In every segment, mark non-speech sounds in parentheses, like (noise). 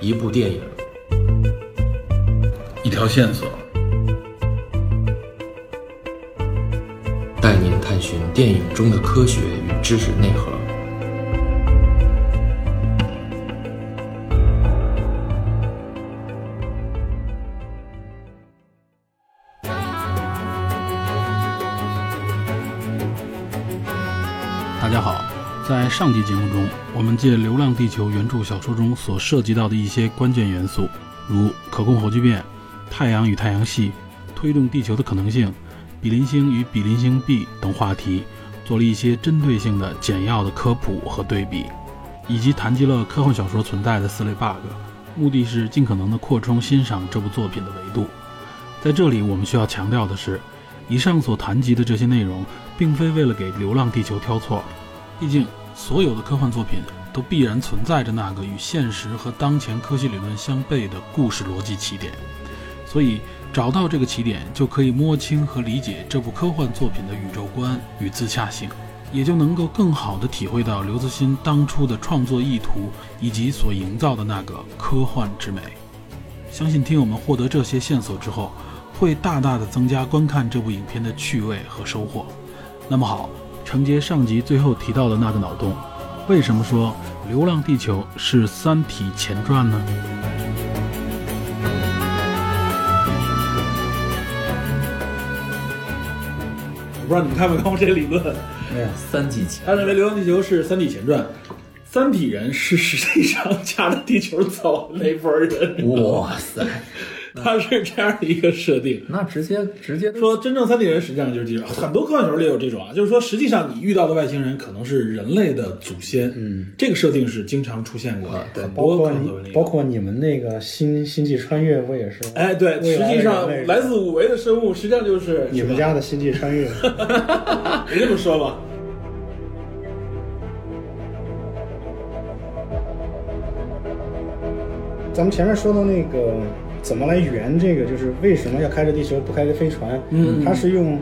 一部电影，一条线索，带您探寻电影中的科学与知识内核。大家好，在上期节目中，我们借《流浪地球》原著小说中所涉及到的一些关键元素，如可控核聚变、太阳与太阳系、推动地球的可能性、比邻星与比邻星 B 等话题，做了一些针对性的简要的科普和对比，以及谈及了科幻小说存在的四类 bug，目的是尽可能的扩充欣赏这部作品的维度。在这里，我们需要强调的是，以上所谈及的这些内容，并非为了给《流浪地球》挑错，毕竟，所有的科幻作品都必然存在着那个与现实和当前科学理论相悖的故事逻辑起点，所以找到这个起点，就可以摸清和理解这部科幻作品的宇宙观与自洽性，也就能够更好地体会到刘慈欣当初的创作意图以及所营造的那个科幻之美。相信听友们获得这些线索之后，会大大的增加观看这部影片的趣味和收获。那么好，承接上集最后提到的那个脑洞，为什么说《流浪地球》是《三体》前传呢？我不知道你们看没看过这个理论？哎三季前，他认为《流浪地球》是《三体前传》，三体人是实际上架着地球走 (laughs) 的那波人，哇塞，他是这样的一个设定。那直接直接说真正三体人实际上就是地球，很多科幻小说里有这种啊，就是说实际上你遇到的外星人可能是人类的祖先，嗯，这个设定是经常出现过的，很啊包多科括幻作品你，里。包括你们那个星星际穿越，不也是？哎，对，未实来的际上人类来自五维的生物，实际上就是你们是吧家的星际 (laughs) 穿越，别这么说吧。咱们前面说的那个怎么来圆这个，就是为什么要开着地球不开着飞船？嗯，它是用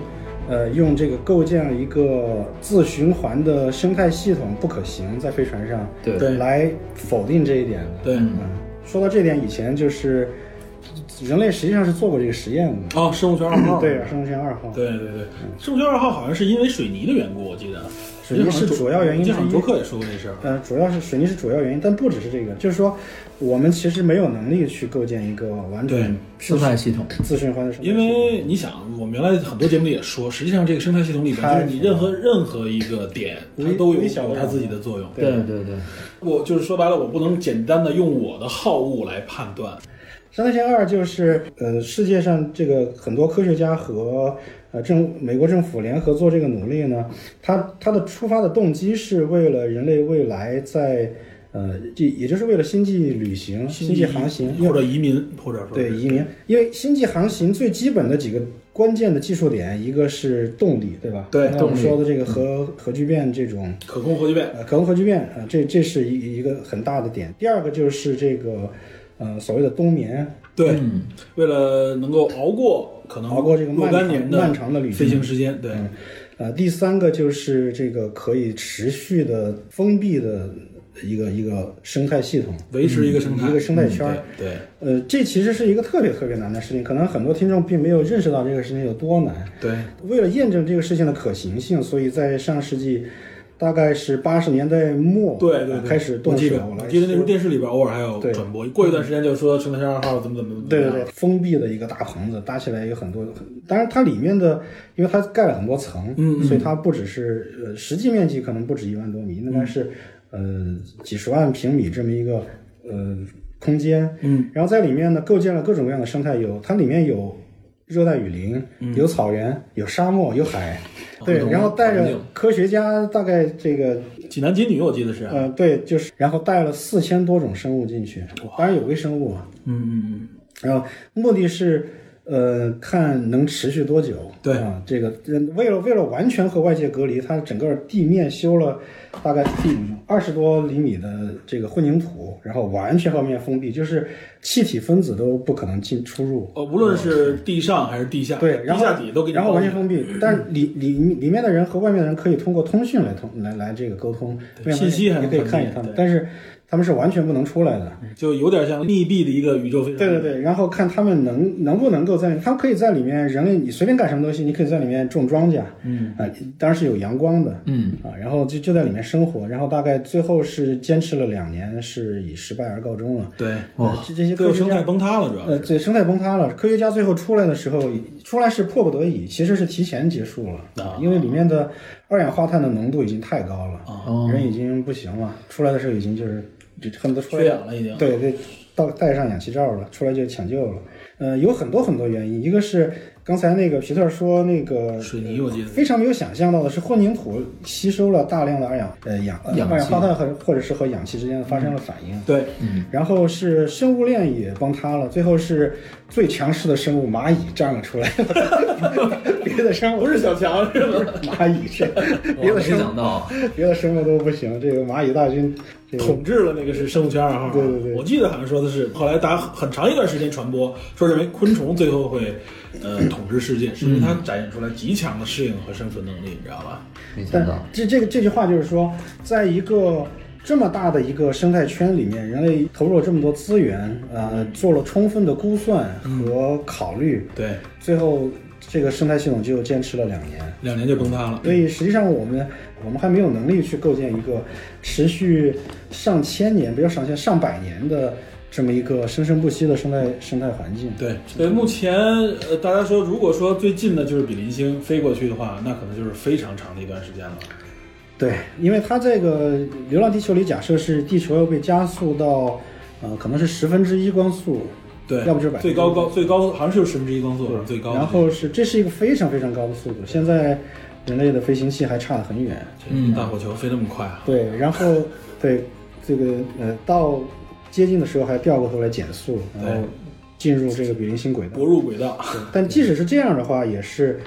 呃用这个构建了一个自循环的生态系统，不可行在飞船上，对对来否定这一点的。对，嗯，说到这点以前，就是人类实际上是做过这个实验的，哦，生物圈二号，嗯对，生物圈二号，对对对，生物圈二号好像是因为水泥的缘故，我记得水泥是主要原因之就一好像卓克也说过这事儿。呃，主要是水泥是主要原因，但不只是这个，就是说我们其实没有能力去构建一个完对整生态系统，自循环的生态系因统。为你想，我们原来很多节目里也说，实际上这个生态系统里边，太就是你任何任何一个点，它微都有微小有的嗯它自己的作用。对对对对，我就是说白了，我不能简单的用我的好恶来判断。生态圈二就是呃，世界上这个很多科学家和呃政美国政府联合做这个努力呢，它它的出发的动机是为了人类未来在呃，也也就是为了星际旅行、星际嗯航行，或者移民，或者说对移民，因为星际航行最基本的几个关键的技术点，一个是动力，对吧？对嗯刚才我们说的这个核核聚变这种，可控核聚变，呃，可控核聚变啊、呃这这是一一个很大的点。第二个就是这个，呃，所谓的冬眠，对，为了能够熬过可能嗯熬过这个若漫干长年的漫长的旅程飞行时间，对，呃，第三个就是这个可以持续的封闭的一个一个生态系统，维持一个生态，嗯嗯一个生态圈儿。对对呃，这其实是一个特别特别难的事情，可能很多听众并没有认识到这个事情有多难。对，为了验证这个事情的可行性，所以在上世纪大概是八十年代末对对呃对，开始动我记手得，来我记得那时候电视里边偶尔还有对转播，过一段时间就说生态圈二号怎么怎么怎么对对样对，封闭的一个大棚子，搭起来有很多，当然它里面的，因为它盖了很多层，嗯嗯所以它不只是呃实际面积可能不止一万多米，应该是、呃几十万平米这么一个呃空间，嗯，然后在里面呢构建了各种各样的生态，有它里面有热带雨林，嗯有草原，有沙漠，有海，哦对，然后带着科学家大概这个济南金女我记得是，啊呃对，就是然后带了四千多种生物进去，当然有微生物啊。嗯嗯然后目的是，呃，看能持续多久。对啊，这个呃为了为了完全和外界隔离，它整个地面修了大概地二十多厘米的这个混凝土，然后完全和面封闭，就是气体分子都不可能进出入。呃，无论是地上还是地下，对，然地后下底都给你然后包完起全来封闭，但是里里里面的人和外面的人可以通过通讯来通来来这个沟通，对外面的信人息还也能可以传递看见他们对，但是他们是完全不能出来的。就有点像密闭的一个宇宙飞船。对对对，然后看他们能能不能够在，他们可以在里面，人类你随便干什么东西，你可以在里面种庄稼，嗯啊、当然是有阳光的，嗯啊，然后就就在里面生活，然后大概最后是坚持了两年，是以失败而告终了。对哦，这这些各科个学生态家，崩塌了，主要呃，是。对，生态崩塌了。科学家最后出来的时候，出来是迫不得已，其实是提前结束了，啊因为里面的二氧化碳的浓度已经太高了，哦人已经不行了。出来的时候已经就是就恨不得出来缺氧了已经对对，到戴上氧气罩了，出来就抢救了。呃，有很多很多原因，一个是刚才那个皮特说那个水泥我记得非常没有想象到的是，混凝土吸收了大量的二氧呃氧呃氧气二氧化碳和或者是和氧气之间发生了反应，嗯嗯对，然后是生物链也崩塌了，最后是最强势的生物蚂蚁站了出来， (laughs) 别的生物不是小强是吗？蚂蚁是别的我没生想物到，别的生物都不行，这个蚂蚁大军这个统治了那个是生物圈二号。对对对我记得好像说的是，后来大家很长一段时间传播，说认为昆虫最后会，呃，统治世界，是因为嗯它展现出来极强的适应和生存能力，你知道吧？没想但到，这这个这句话就是说，在一个这么大的一个生态圈里面，人类投入了这么多资源，呃，做了充分的估算和考虑，对，最后这个生态系统就坚持了两年。两年就崩塌了。所以实际上我们我们还没有能力去构建一个持续上千年，不要上千上百年的这么一个生生不息的生态生态环境。对对，目前呃，大家说如果说最近的就是比邻星飞过去的话，那可能就是非常长的一段时间了。对，因为它这个《流浪地球》里假设是地球要被加速到，呃，可能是十分之一光速，对，要不就是百分之最高高最高好像是十分之一光速，好像最高的。然后是这是一个非常非常高的速度，现在人类的飞行器还差得很远。这大火球飞那么快啊！对，(laughs) 然后对这个呃，到接近的时候还掉过头来减速，然后进入这个比邻星轨道泊。入轨道，但即使是这样的话，也是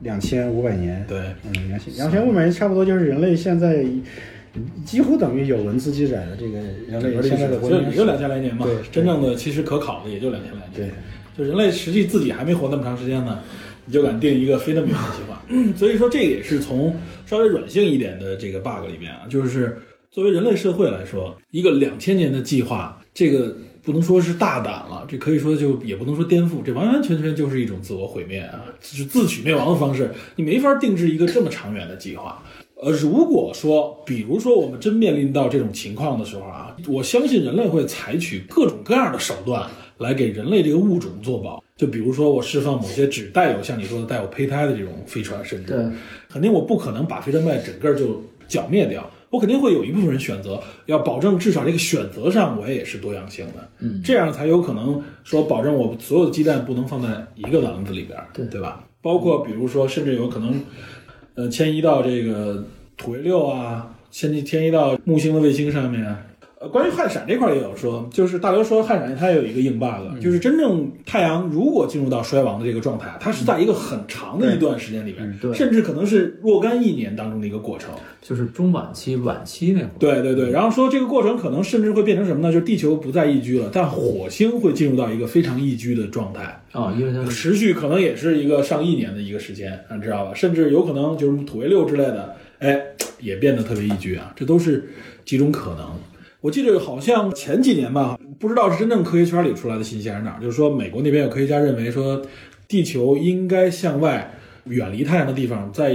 两千五百年。对，嗯，两千两千五百年差不多就是人类现在已几乎等于有文字记载的这个人类现在的就文明也就史。两千来年嘛对，对真正的其实可考的也就两千来年。对，就人类实际自己还没活那么长时间呢，你就敢定一个飞那么远的计划， (clears throat) 所以说这也是从稍微软性一点的这个 bug 里面啊，就是作为人类社会来说，一个两千年的计划，这个不能说是大胆了，这可以说就也不能说颠覆，这完完全全就是一种自我毁灭啊，就是自取灭亡的方式，你没法定制一个这么长远的计划。呃，如果说，比如说我们真面临到这种情况的时候啊，我相信人类会采取各种各样的手段来给人类这个物种做保。就比如说，我释放某些只带有像你说的带有胚胎的这种飞船，甚至对肯定我不可能把飞船派整个就剿灭掉，我肯定会有一部分人选择要保证至少这个选择上我也是多样性的，嗯，这样才有可能说保证我所有的鸡蛋不能放在一个篮子里边儿，对对吧？包括比如说，甚至有可能，呃，迁移到这个土卫六啊，迁移迁移到木星的卫星上面啊。呃，关于氦闪这块儿也有说，就是大刘说氦闪它有一个硬 bug，、就是真正太阳如果进入到衰亡的这个状态，它是在一个很长的一段时间里面，对甚至可能是若干一年当中的一个过程。就是中晚期、晚期那会儿，对对对，然后说这个过程可能甚至会变成什么呢？就是地球不再宜居了，但火星会进入到一个非常宜居的状态，啊，因为它是持续可能也是一个上亿年的一个时间，啊你知道吧？甚至有可能就是土卫六之类的，哎，也变得特别宜居啊，这都是几种可能。我记得好像前几年吧，不知道是真正科学圈里出来的信息还是哪儿，就是说美国那边有科学家认为说，地球应该向外远离太阳的地方，在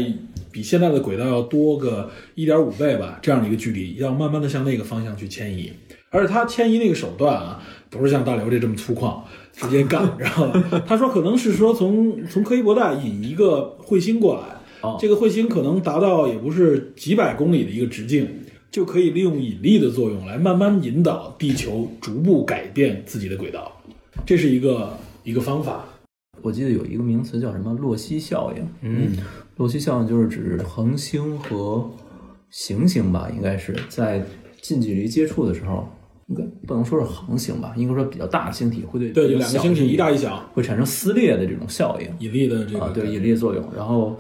比现在的轨道要多个一点五倍吧，这样的一个距离，要慢慢的向那个方向去迁移。而且他迁移那个手段啊，不是像大刘这这么粗犷，直接干，你知道 (laughs) 吗？他说可能是说从从柯伊伯带引一个彗星过来，哦这个彗星可能达到也不是几百公里的一个直径，就可以利用引力的作用来慢慢引导地球逐步改变自己的轨道，这是一个一个方法。我记得有一个名词叫什么洛希效应，嗯，洛希效应就是指恒星和行星吧，应该是在近距离接触的时候，应该不能说是恒星吧，应该说比较大的星体会对对，比就较两个小星体的一大一小，会产生撕裂的这种效应，引力的这个、啊，对引力作用。然后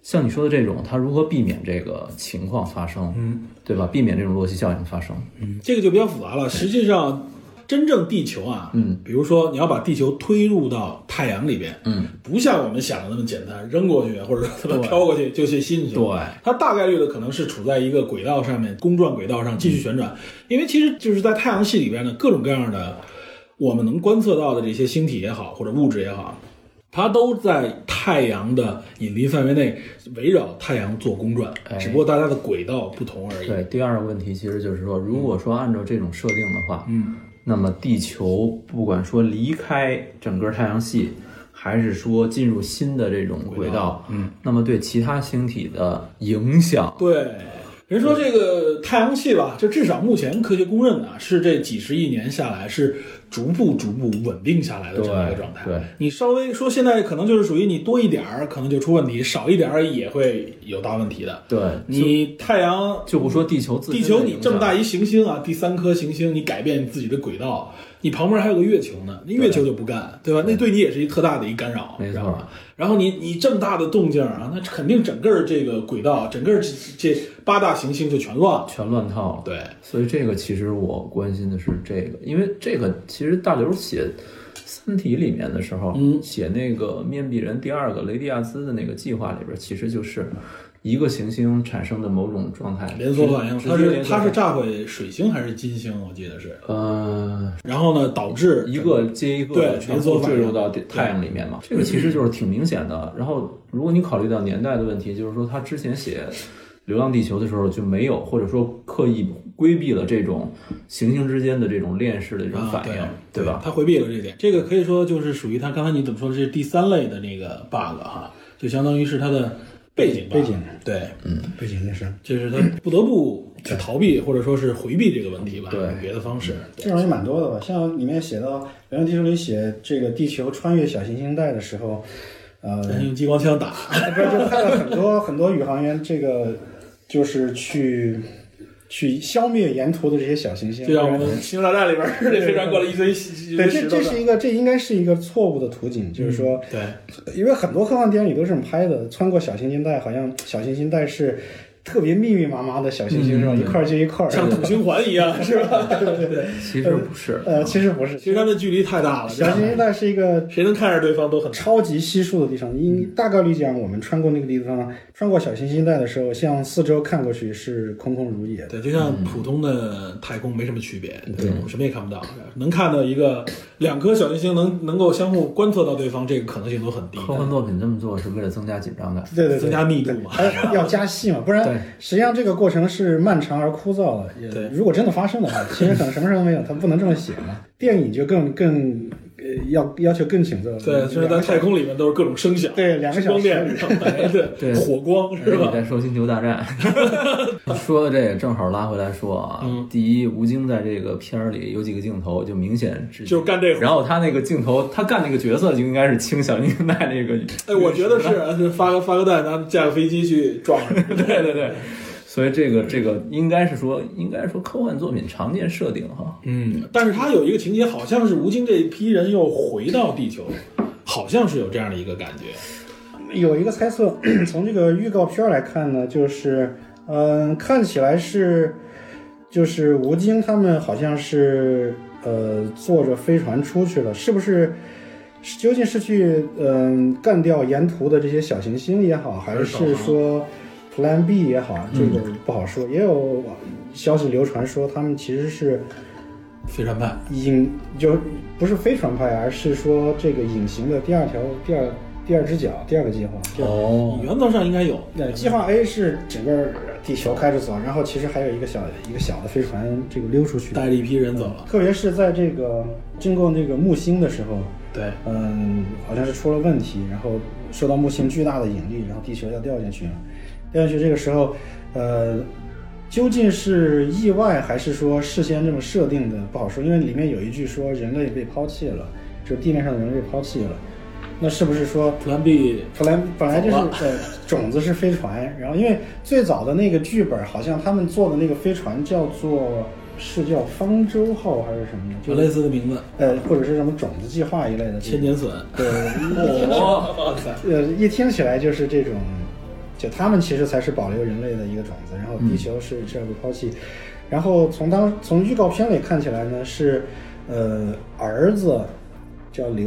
像你说的这种，它如何避免这个情况发生？嗯，对吧？避免这种洛希效应发生。这个就比较复杂了。实际上，真正地球啊，嗯，比如说你要把地球推入到太阳里边，嗯，不像我们想的那么简单，扔过去或者说它们对飘过去就去吸进去了。对它大概率的可能是处在一个轨道上面，公转轨道上继嗯续旋转，因为其实就是在太阳系里边呢，各种各样的我们能观测到的这些星体也好，或者物质也好，它都在太阳的引力范围内围绕太阳做公转，哎只不过大家的轨道不同而已。对，第二个问题其实就是说，如果说按照这种设定的话，嗯，那么地球不管说离开整个太阳系，还是说进入新的这种轨道，嗯，那么对其他星体的影响，对，人说这个太阳系吧，就至少目前科学公认的啊，是这几十亿年下来是逐步逐步稳定下来的这么一个对状态。对你稍微说现在可能就是属于你多一点儿可能就出问题，少一点儿也会有大问题的。对，你太阳就不说地球自身地的球你影这么大响，一行星啊，第三颗行星你改变自己的轨道，你旁边还有个月球呢，那月球就不干，对吧？那对你也是一特大的一干扰，没错知道吧。然后你你这么大的动静啊，那肯定整个这个轨道，整个这这八大行星就全乱了。全乱套了。对，所以这个其实我关心的是这个，因为这个其实大刘写《三体》里面的时候，嗯写那个面壁人第二个雷迪亚兹的那个计划里边，其实就是一个行星产生的某种状态，连锁反应，直它直接是连锁它是反炸毁水星还是金星？我记得是。呃然后呢，导致一个接一个对的全连锁部反应坠入到地太阳里面嘛，这个其实就是挺明显的。然后如果你考虑到年代的问题，就是说他之前写。《流浪地球》的时候就没有，或者说刻意规避了这种行星之间的这种链式的这种啊反应，对吧？他回避了这点，这个可以说就是属于他刚才你怎么说的，这是第三类的那个 bug 哈，就相当于是他的背景 bug 背景对，背景那是，就是他不得不去逃避或者说是回避这个问题吧，对用别的方式。这种也蛮多的吧？像里面写到《流浪地球》里写这个地球穿越小行星带的时候，呃，嗯但是用激光枪打，不是就害了很多很多宇航员，这个就是去去消灭沿途的这些小行星。就像啊我们《星球大战》里边儿这飞船过来一堆一对，堆这石头这的是一个，这应该是一个错误的途径，就是说，对因为很多科幻电影里都是这么拍的，穿过小行星带，好像小行星带是特别密密麻麻的小行星，是吧？一块儿接一块儿，像土星环一样，是吧？其实不是，呃，其实不是，其实它们距离太大了，小行星带是一个谁能看着对方都很超级稀疏的地方，因大概率讲，我们穿过那个地方，穿过小行星带的时候，向四周看过去是空空如也的。对，就像普通的太空没什么区别，对，我们什么也看不到，能看到一个两颗小行星能能够相互观测到对方，这个可能性都很低，科幻作品这么做是为了增加紧张感。对对对，增加密度嘛。还要要加戏嘛，不对然实际上这个过程是漫长而枯燥的。也对如果真的发生 (laughs) 的话，其实可能什么事都没有，他不能这么写嘛。电影就更更呃要要求更紧凑了。对，就是在太空里面都是各种声响，对两个小光时电，对 (laughs) 对火光是而且你吧？在说《星球大战》， (laughs) 说到这个正好拉回来说啊，第一，吴京在这个片儿里有几个镜头就明显致敬就是干这活儿然后他那个镜头，他干那个角色就应该是清小英奈那个，哎，我觉得是，就发个发个弹，咱们架个飞机去撞上。对对对，所以这个这个应该是说，应该说科幻作品常见设定哈，嗯，但是它有一个情节，好像是吴京这一批人又回到地球，好像是有这样的一个感觉。有一个猜测， (clears throat) 从这个预告片儿来看呢，就是嗯、看起来是就是吴京他们好像是呃坐着飞船出去了，是不是？是究竟是去嗯、干掉沿途的这些小行星也好，还是说 Plan B 也好，这个不好说。也有消息流传说他们其实是飞船派，隐，就不是飞船派，而是说这个隐形的第二条第二第二只脚第二个计划。第二哦，原则上应该有，对，计划 A 是整个地球开着走，然后其实还有一个小一个小的飞船这个溜出去。带着一批人走了。特别是在这个经过那个木星的时候，对，嗯，好像是出了问题，然后受到木星巨大的引力，然后地球要掉进去了。掉进去这个时候，呃，究竟是意外还是说事先这么设定的不好说，因为里面有一句说人类被抛弃了，就地面上的人被抛弃了，那是不是说船 B 本来本来就是呃种子是飞船，然后因为最早的那个剧本好像他们做的那个飞船叫做是叫方舟号还是什么的，有就类似的名字，呃或者是什么种子计划一类的这千种，年隼。对，哦哇塞！呃一听起来就是这种，就他们其实才是保留人类的一个种子，然嗯后地球是这样被抛弃，然后从当从预告片里看起来呢是。呃，儿子叫刘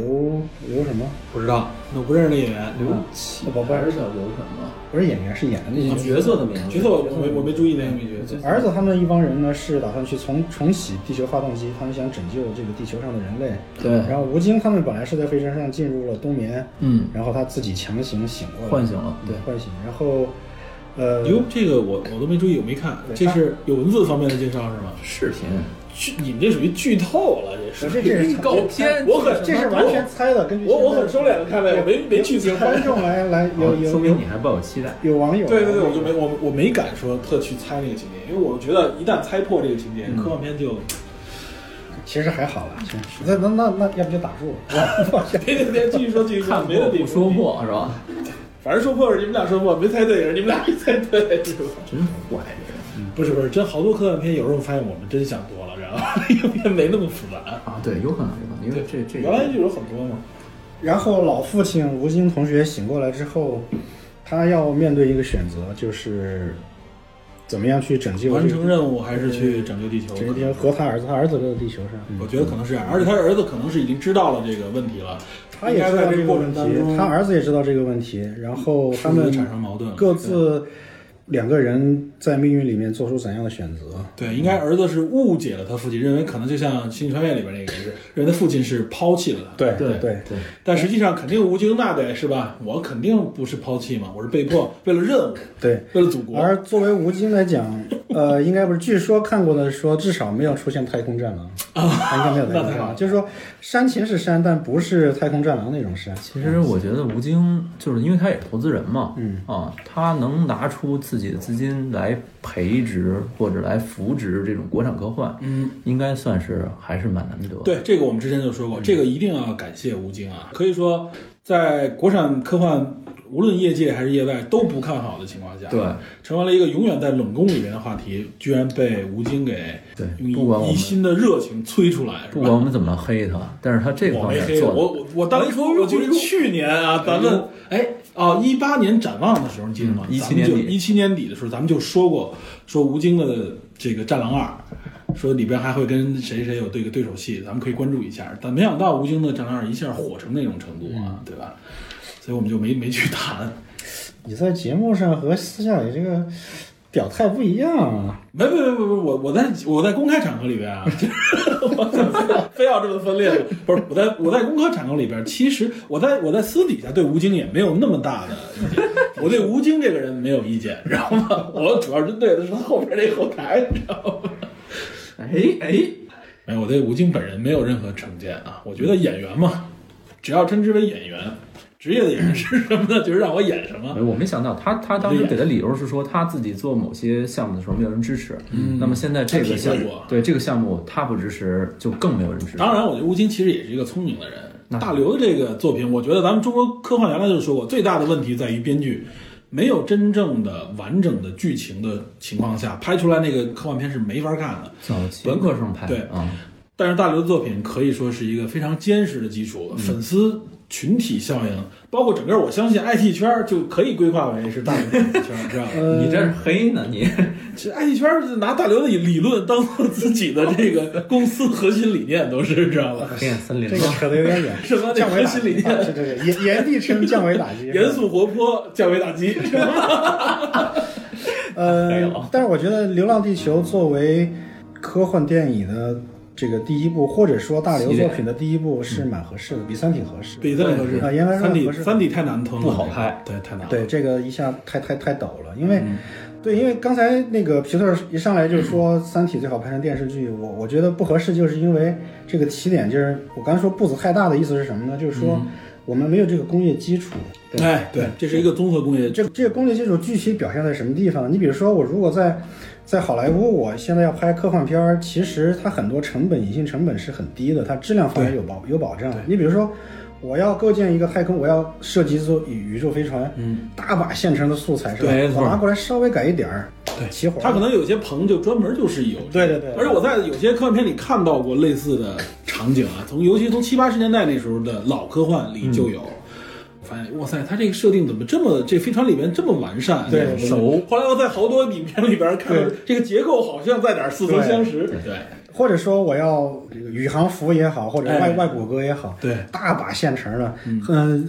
刘什么？呃不知道，那我不认识那演员，刘启不不还是叫刘什么？不是演员，是演的那些嗯角色的名字，角色我没我没注意那个角色，儿子他们一帮人呢，是打算去重重启地球发动机，他们想拯救这个地球上的人类。对，然后吴京他们本来是在飞船上进入了冬眠，嗯，然后他自己强行醒过来，唤醒了，嗯对，唤醒，然后，呃，哟，哎这个我我都没注意，我没看，这是有文字方面的介绍是吗？视频，剧，你们这属于剧透了，这是。这这是告片我很这是完全猜的，根据我我现在很收敛的看了，我没没剧情。观众 (laughs) 来来有啊说有明有你还抱有期待。有网友对对对，我就没我我没敢说特去猜那个情节，因为我觉得一旦猜破这个情节，科幻片就其实还好啦，其实那那那那要不就打住， (laughs) 放下别别别继续说继续说，看没问破题。不说，破是吧？反正说破是你们俩说破，没猜对也是你们俩没猜对， (laughs) 是吧？真坏人嗯不是不是，真好多科幻片，有时候我发现我们真想多了，然后那个片没那么复杂。啊！对，有可能，有可能，因为这这 (laughs) 原来就有很多嘛。然后老父亲吴京同学醒过来之后，他要面对一个选择，就是怎么样去拯救完这个成任务还是去拯救地球？拯救地球和他儿子，他儿子留在地球上。我觉得可能是这样，而且他儿子可能是已经知道了这个问题了，他也知应该道在这这个过问程题当，中，他儿子也知道这个问题，然后他们是不是产生矛盾了各自两个人在命运里面做出怎样的选择？对，应该嗯儿子是误解了他父亲，认为可能就像《星际穿越》里边那个也是，认为他父亲是抛弃了他。对对对，对，但实际上肯定吴京那得是吧？我肯定不是抛弃嘛，我是被迫为了任务，对，为了祖国。而作为吴京来讲，呃，应该不是，据说看过的说，至少没有出现太空战狼哦啊，应该没有太空战狼，就是说山秦是山，但不是太空战狼那种山。其实我觉得吴京就是因为他也是投资人嘛，嗯啊，他能拿出自己的资金来培植或者来扶植这种国产科幻，嗯，应该算是还是蛮难得的。对，这个我们之前就说过，这嗯个一定要感谢吴京啊！可以说，在国产科幻无论业界还是业外都不看好的情况下，对，成为了一个永远在冷宫里面的话题，居然被吴京给对用不管我一们一新的热情催出来，是不吧管我们怎么黑他，但是他这个我方没面黑做我的，我我当时说，我哎就是去年啊，咱们哎哦，一八年展望的时候，你记得吗？嗯17年底一七年底的时候，咱们就说过，说吴京的这个《战狼二》，说里边还会跟谁谁有对个对手戏，咱们可以关注一下。但没想到吴京的《战狼二》一下火成那种程度嗯啊，对吧？所以我们就没没去谈，你在节目上和私下里这个表态不一样啊，没没没没没，我我在我在公开场合里边啊， (laughs) 就是我怎么非要这么分裂呢？不是我在我在公开场合里边，其实我在我在私底下对吴京也没有那么大的意见，我对吴京这个人没有意见，知道吗？我主要针对的是后边那后台，你知道吗？哎哎，没有，我对吴京本人没有任何成见啊。我觉得演员嘛，只要称之为演员，职业的演员是什么呢？就是让我演什么哎。我没想到他他当时给的理由是说他自己做某些项目的时候没有人支持，那么现在这个项他体会目过啊对这个项目他不支持，就更没有人支持。当然，我觉得吴京其实也是一个聪明的人。那是大刘的这个作品，我觉得咱们中国科幻原来就说过，最大的问题在于编剧没有真正的完整的剧情的情况下，拍出来那个科幻片是没法看的。早期文科生拍对啊，但是大刘的作品可以说是一个非常坚实的基础，嗯粉丝群体效应，包括整个我相信 IT 圈儿就可以规划为是大刘的圈儿，知 (laughs) 道吧？呃你这是黑呢你。其实 IT 圈儿拿大刘的理论当做自己的这个公司核心理念，都是知道吧？黑暗森林这个扯得 (laughs)。有点远什么降维打核心理击，念啊对对对，严严厉称降维打击， (laughs) 严肃活泼，降维打 (laughs) 击。呃了，但是我觉得《流浪地球》作为科幻电影的这个第一部，或者说大刘作品的第一部，是蛮合适的，比《三体》合适。比赛合适啊原来是三体合适三体太难吞了，不好拍，对，太难了。对，这个一下太太太陡了，因为、嗯对，因为刚才那个皮特儿一上来就说《三体》最好拍成电视剧，我我觉得不合适，就是因为这个起点就是我刚才说步子太大的意思是什么呢？就是说我们没有这个工业基础。哎，对，这是一个综合工业，这这个工业基础具体表现在什么地方？你比如说，我如果在在好莱坞，我现在要拍科幻片儿，其实它很多成本，隐性成本是很低的，它质量方面有保有保障。你比如说，我要构建一个太空，我要设计一艘宇宇宙飞船，嗯，大把现成的素材是吧对没？错我拿过来稍微改一点儿，对起火了。他可能有些棚就专门就是有，对对对而且我在有些科幻片里看到过类似的场景 (laughs) 啊，从尤其从七八十年代那时候的老科幻里就有。嗯发现哇塞，他这个设定怎么这么这飞船里面这么完善？对熟。后来我在好多影片里边看到对，这个结构好像在哪儿似曾相识。对，或者说我要这个宇航服也好，或者外、哎外骨骼也好，对，大把现成的，嗯，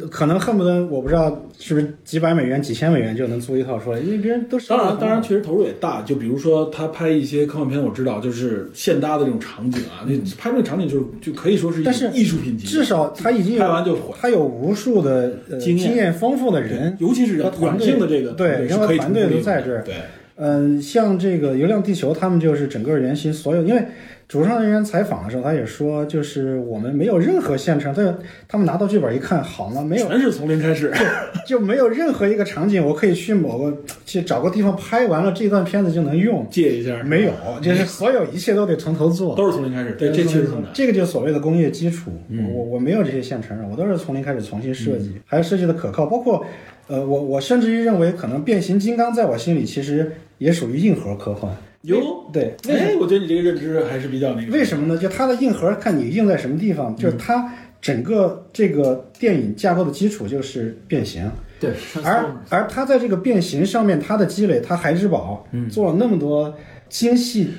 可能恨不得我不知道是不是几百美元、几千美元就能租一套出来，因为别人都是当然，当然，确实投入也大。就比如说他拍一些科幻片，我知道就是现搭的这种场景啊，那拍那个场景就是就可以说是一但是艺术品级，至少他已经拍完有就毁。他有无数的、呃、经经验验丰富的人对，尤其是和软软团队性的这个对是人和可以团队重复利都用在的这儿对，嗯，像这个《流浪地球》，他们就是整个原型所有，因为主创人员采访的时候，他也说，就是我们没有任何现成，他他们拿到剧本一看，好吗？ (laughs) 没有，全是从零开始。 (laughs) 就没有任何一个场景，我可以去某个去找个地方拍完了，这段片子就能用。借一下，啊没有，就是所有一切都得从头做。都是从零开始。对，这确实很难。嗯这个就是所谓的工业基础。我我没有这些现成的，我都是从零开始重新设计，还有设计的可靠，包括。呃，我我甚至于认为，可能变形金刚在我心里其实也属于硬核科幻。哟，对，为什哎，我觉得你这个认知还是比较那个。为什么呢？就它的硬核，看你硬在什么地嗯方。就是它整个这个电影架构的基础就是变形，对，而而他在这个变形上面，他的积累，他孩之宝，嗯做了那么多精细、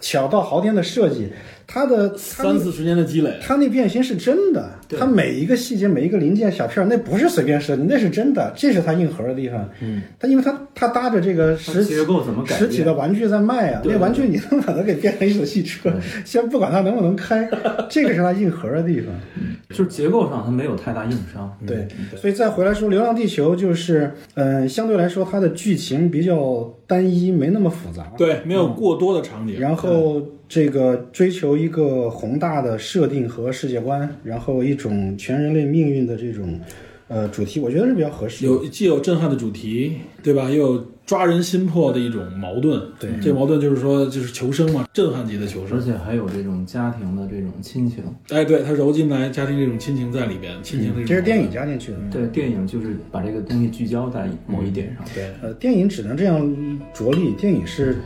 巧到毫天的设计，他的他三那四十年的积累，他那变形是真的，对他每一个细节、每一个零件、小片儿，那不是随便设计，那是真的，这是他硬核的地方。嗯，他因为他他搭着这个实它结构怎么改实体变的玩具在卖啊，对那玩具你能把它给变成一手汽车，先不管它能不能 (laughs) 开，这个是他硬核的地方。就是结构上它没有太大硬伤。对，所以再回来说，《流浪地球》就是，嗯、相对来说它的剧情比较单一，没那么复杂。对，没有过多的场景。然后嗯这个追求一个宏大的设定和世界观，然后一种全人类命运的这种，呃，主题，我觉得是比较合适的。有既有震撼的主题，对吧？又有抓人心魄的一种矛盾。对，这矛盾就是说，就是求生嘛，震撼级的求而生。且还有这种家庭的这种亲情。哎，对，他揉进来家庭这种亲情在里边，亲情这种。嗯这是电影加进去的。嗯对，电影就是把这个东西聚焦在某一点上。对，呃，电影只能这样着力，电影是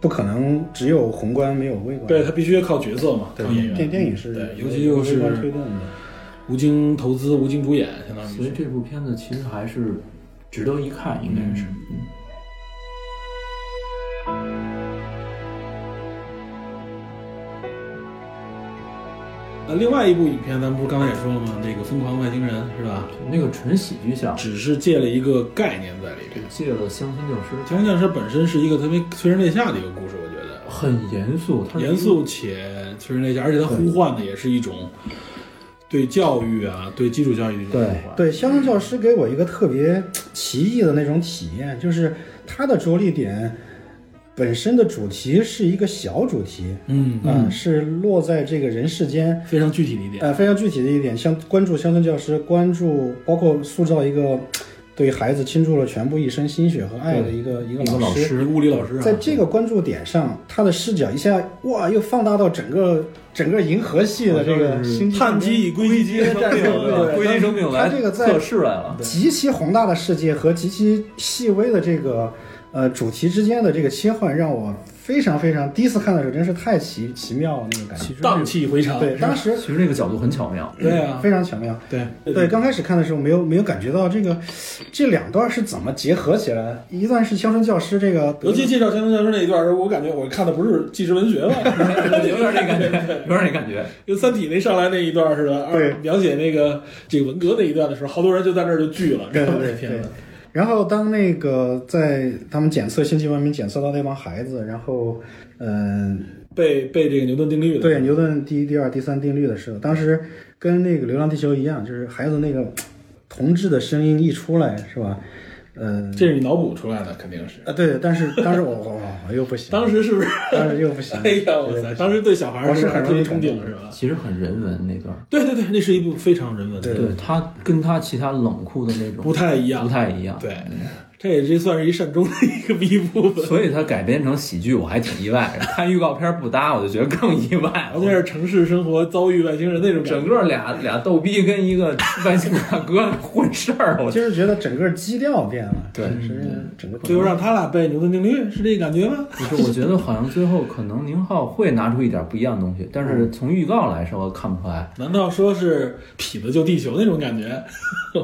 不可能只有宏观没有微观。对他必须要靠角色嘛，靠演电员，电影是对尤其又是微观推动的。无经投资，无经主演，相当所以于。这部片子其实还是值得一看，应该是。嗯那啊另外一部影片，咱们不是刚才也说了吗？那个《疯狂外星人》是吧？那个纯喜剧项，只是借了一个概念在里边。借了《乡村教师》， 《强降师》本身是一个特别催人泪下的一个故事，我觉得。很严肃，它是严肃且催人泪下，而且它呼唤的也是一种对教育啊、对基础教育的一种对呼唤。对，乡村教师给我一个特别奇异的那种体验，就是它的着力点本身的主题是一个小主题，嗯，嗯、是落在这个人世间，非常具体的一点。呃，非常具体的一点，像关注乡村教师，关注包括塑造一个对孩子倾注了全部一生心血和爱的一个一个一个老师。师，物理老师啊，在这个关注点上，他的视角一下哇，又放大到整个整个银河系的这好个像是星际碳基以硅基基因生对命对对啊对归因生命来它这个在测试来了，极其宏大的世界和极其细微的这个呃主题之间的这个切换，让我非常非常第一次看的时候真是太奇奇妙了那个感觉。其实那荡个气回肠。对，当时其实这个角度很 (laughs) 巧妙。对啊，非常巧妙。对对，刚开始看的时候没有没有感觉到这个这两段是怎么结合起来的，一段是乡村教师这个尤其介绍《乡村教师》那一段儿，我感觉我看的不是纪实文学吧， (laughs) 有点那感觉，有点那感觉。跟《三体》那上来那一段儿似的。对啊描写那个这个文革那一段的时候，好多人就在那儿就聚了。对对这对片子，然后当那个在他们检测星际文明检测到那帮孩子，然后嗯、被被这个牛顿定律的对牛顿第一、第二、第三定律的时候，当时跟那个《流浪地球》一样，就是孩子那个同志的声音一出来，是吧？嗯、这是你脑补出来的，肯定是。啊，对，但是当时我我我又不行， (laughs) 当时是不是？当时又不 (laughs) 行，哎呀，我嗯对塞！ (laughs) 当时对小孩儿我是还很特别容易憧感憬动的是吧？其实很人文那段，对对对，那是一部非常人文的，对对它跟它其他冷酷的那种不太一样不。太一样。对，这也是算是一善终的一个 (laughs) 一部 (laughs) (laughs) 分。所以它改编成喜剧，我还挺意外 (laughs) 的。看预告片不搭，我就觉得更意外然后那了。是城市生活遭遇外星人那种感整觉。个俩俩逗逼跟一个外星大哥混事儿，我 (laughs) 觉就是觉得整个基调变了，对是整个最后嗯让他俩背牛顿定律，是这个感觉吗？得不是，我觉得好像最后可能宁浩会拿出一点不一样的东西，但是从预告来说看不出来，难道说是痞子救地球那种感觉？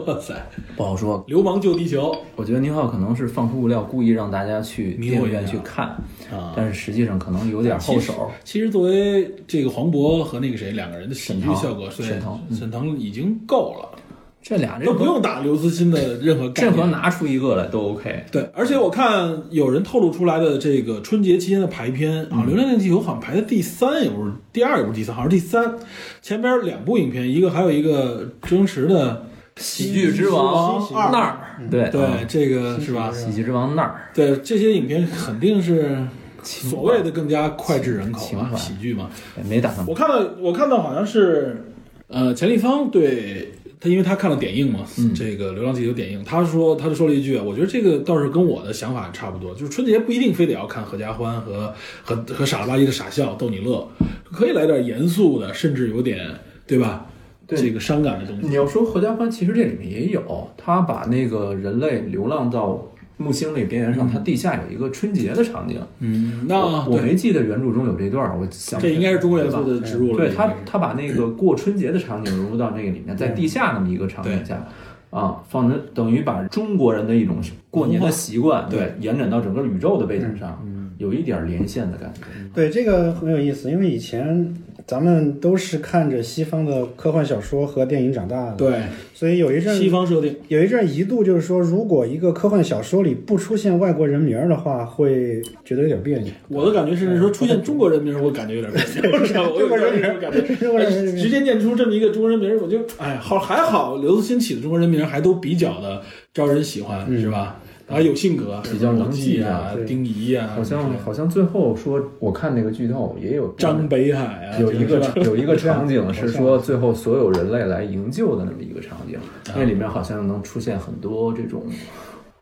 哇塞， (laughs) 不好说。流氓救地球，我觉得宁浩可能是放出物料，故意让大家去迷惑电影一院下去看，啊。但是实际上可能有点后手。其实作为这个黄渤和那个谁两个人的喜剧效果，对沈腾嗯沈腾已经够了，这俩都任不何用打刘慈欣的任何概任念。何拿出一个来都 OK。对，而且我看有人透露出来的这个春节期间的排片嗯啊，《流浪地球》好像排在第三，也不是第二，也不是第三，好像是第三。前边两部影片，一个还有一个周星驰的喜剧之王喜剧之二那儿，对对，嗯这个是吧？喜剧之王那儿，对，这些影片肯定是所谓的更加脍炙人口情啊，怀喜剧嘛。没打算我看到，我看到好像是，呃，钱立芳对他，因为他看了点映嘛，这个《流浪地球》点映，他说他就说了一句，啊我觉得这个倒是跟我的想法差不多，就是春节不一定非得要看合家欢和和和傻了吧唧的傻笑逗你乐，可以来点严肃的，甚至有点对吧？对这个伤感的东西。你要说合家欢，其实这里面也有，他把那个人类流浪到木星那边缘上，它地下有一个春节的场景。嗯，那我我对没记得原著中有这段儿，我想这应该是中国元对吧素的植入了，对他应该，是嗯他把那个过春节的场景融入到那个里面，在地下那么一个场景下，啊，放着等于把中国人的一种过年的习惯，对嗯对，延展到整个宇宙的背景上，有一点连线的感觉。对，这个很有意思，因为以前咱们都是看着西方的科幻小说和电影长大的，，对所以有一阵西方设定，有一阵一度就是说，如果一个科幻小说里不出现外国人名儿的话，会觉得有 (laughs) 点别扭。我的感觉是说出现中国人名儿，我感觉有点别扭，是吧？我有点这种感觉。中国人名直接念出这么一个中国人名儿，我就哎好还好，刘慈欣起的中国人名儿还都比较的招人喜欢，是吧？然后有性格，嗯比较能记记的啊，对丁仪啊，好像好像最后说，我看那个剧透也有张北海啊，有一这个种是吧有一个场景是说，最后所有人类来营救的那么一个场景，那里面好像能出现很多这种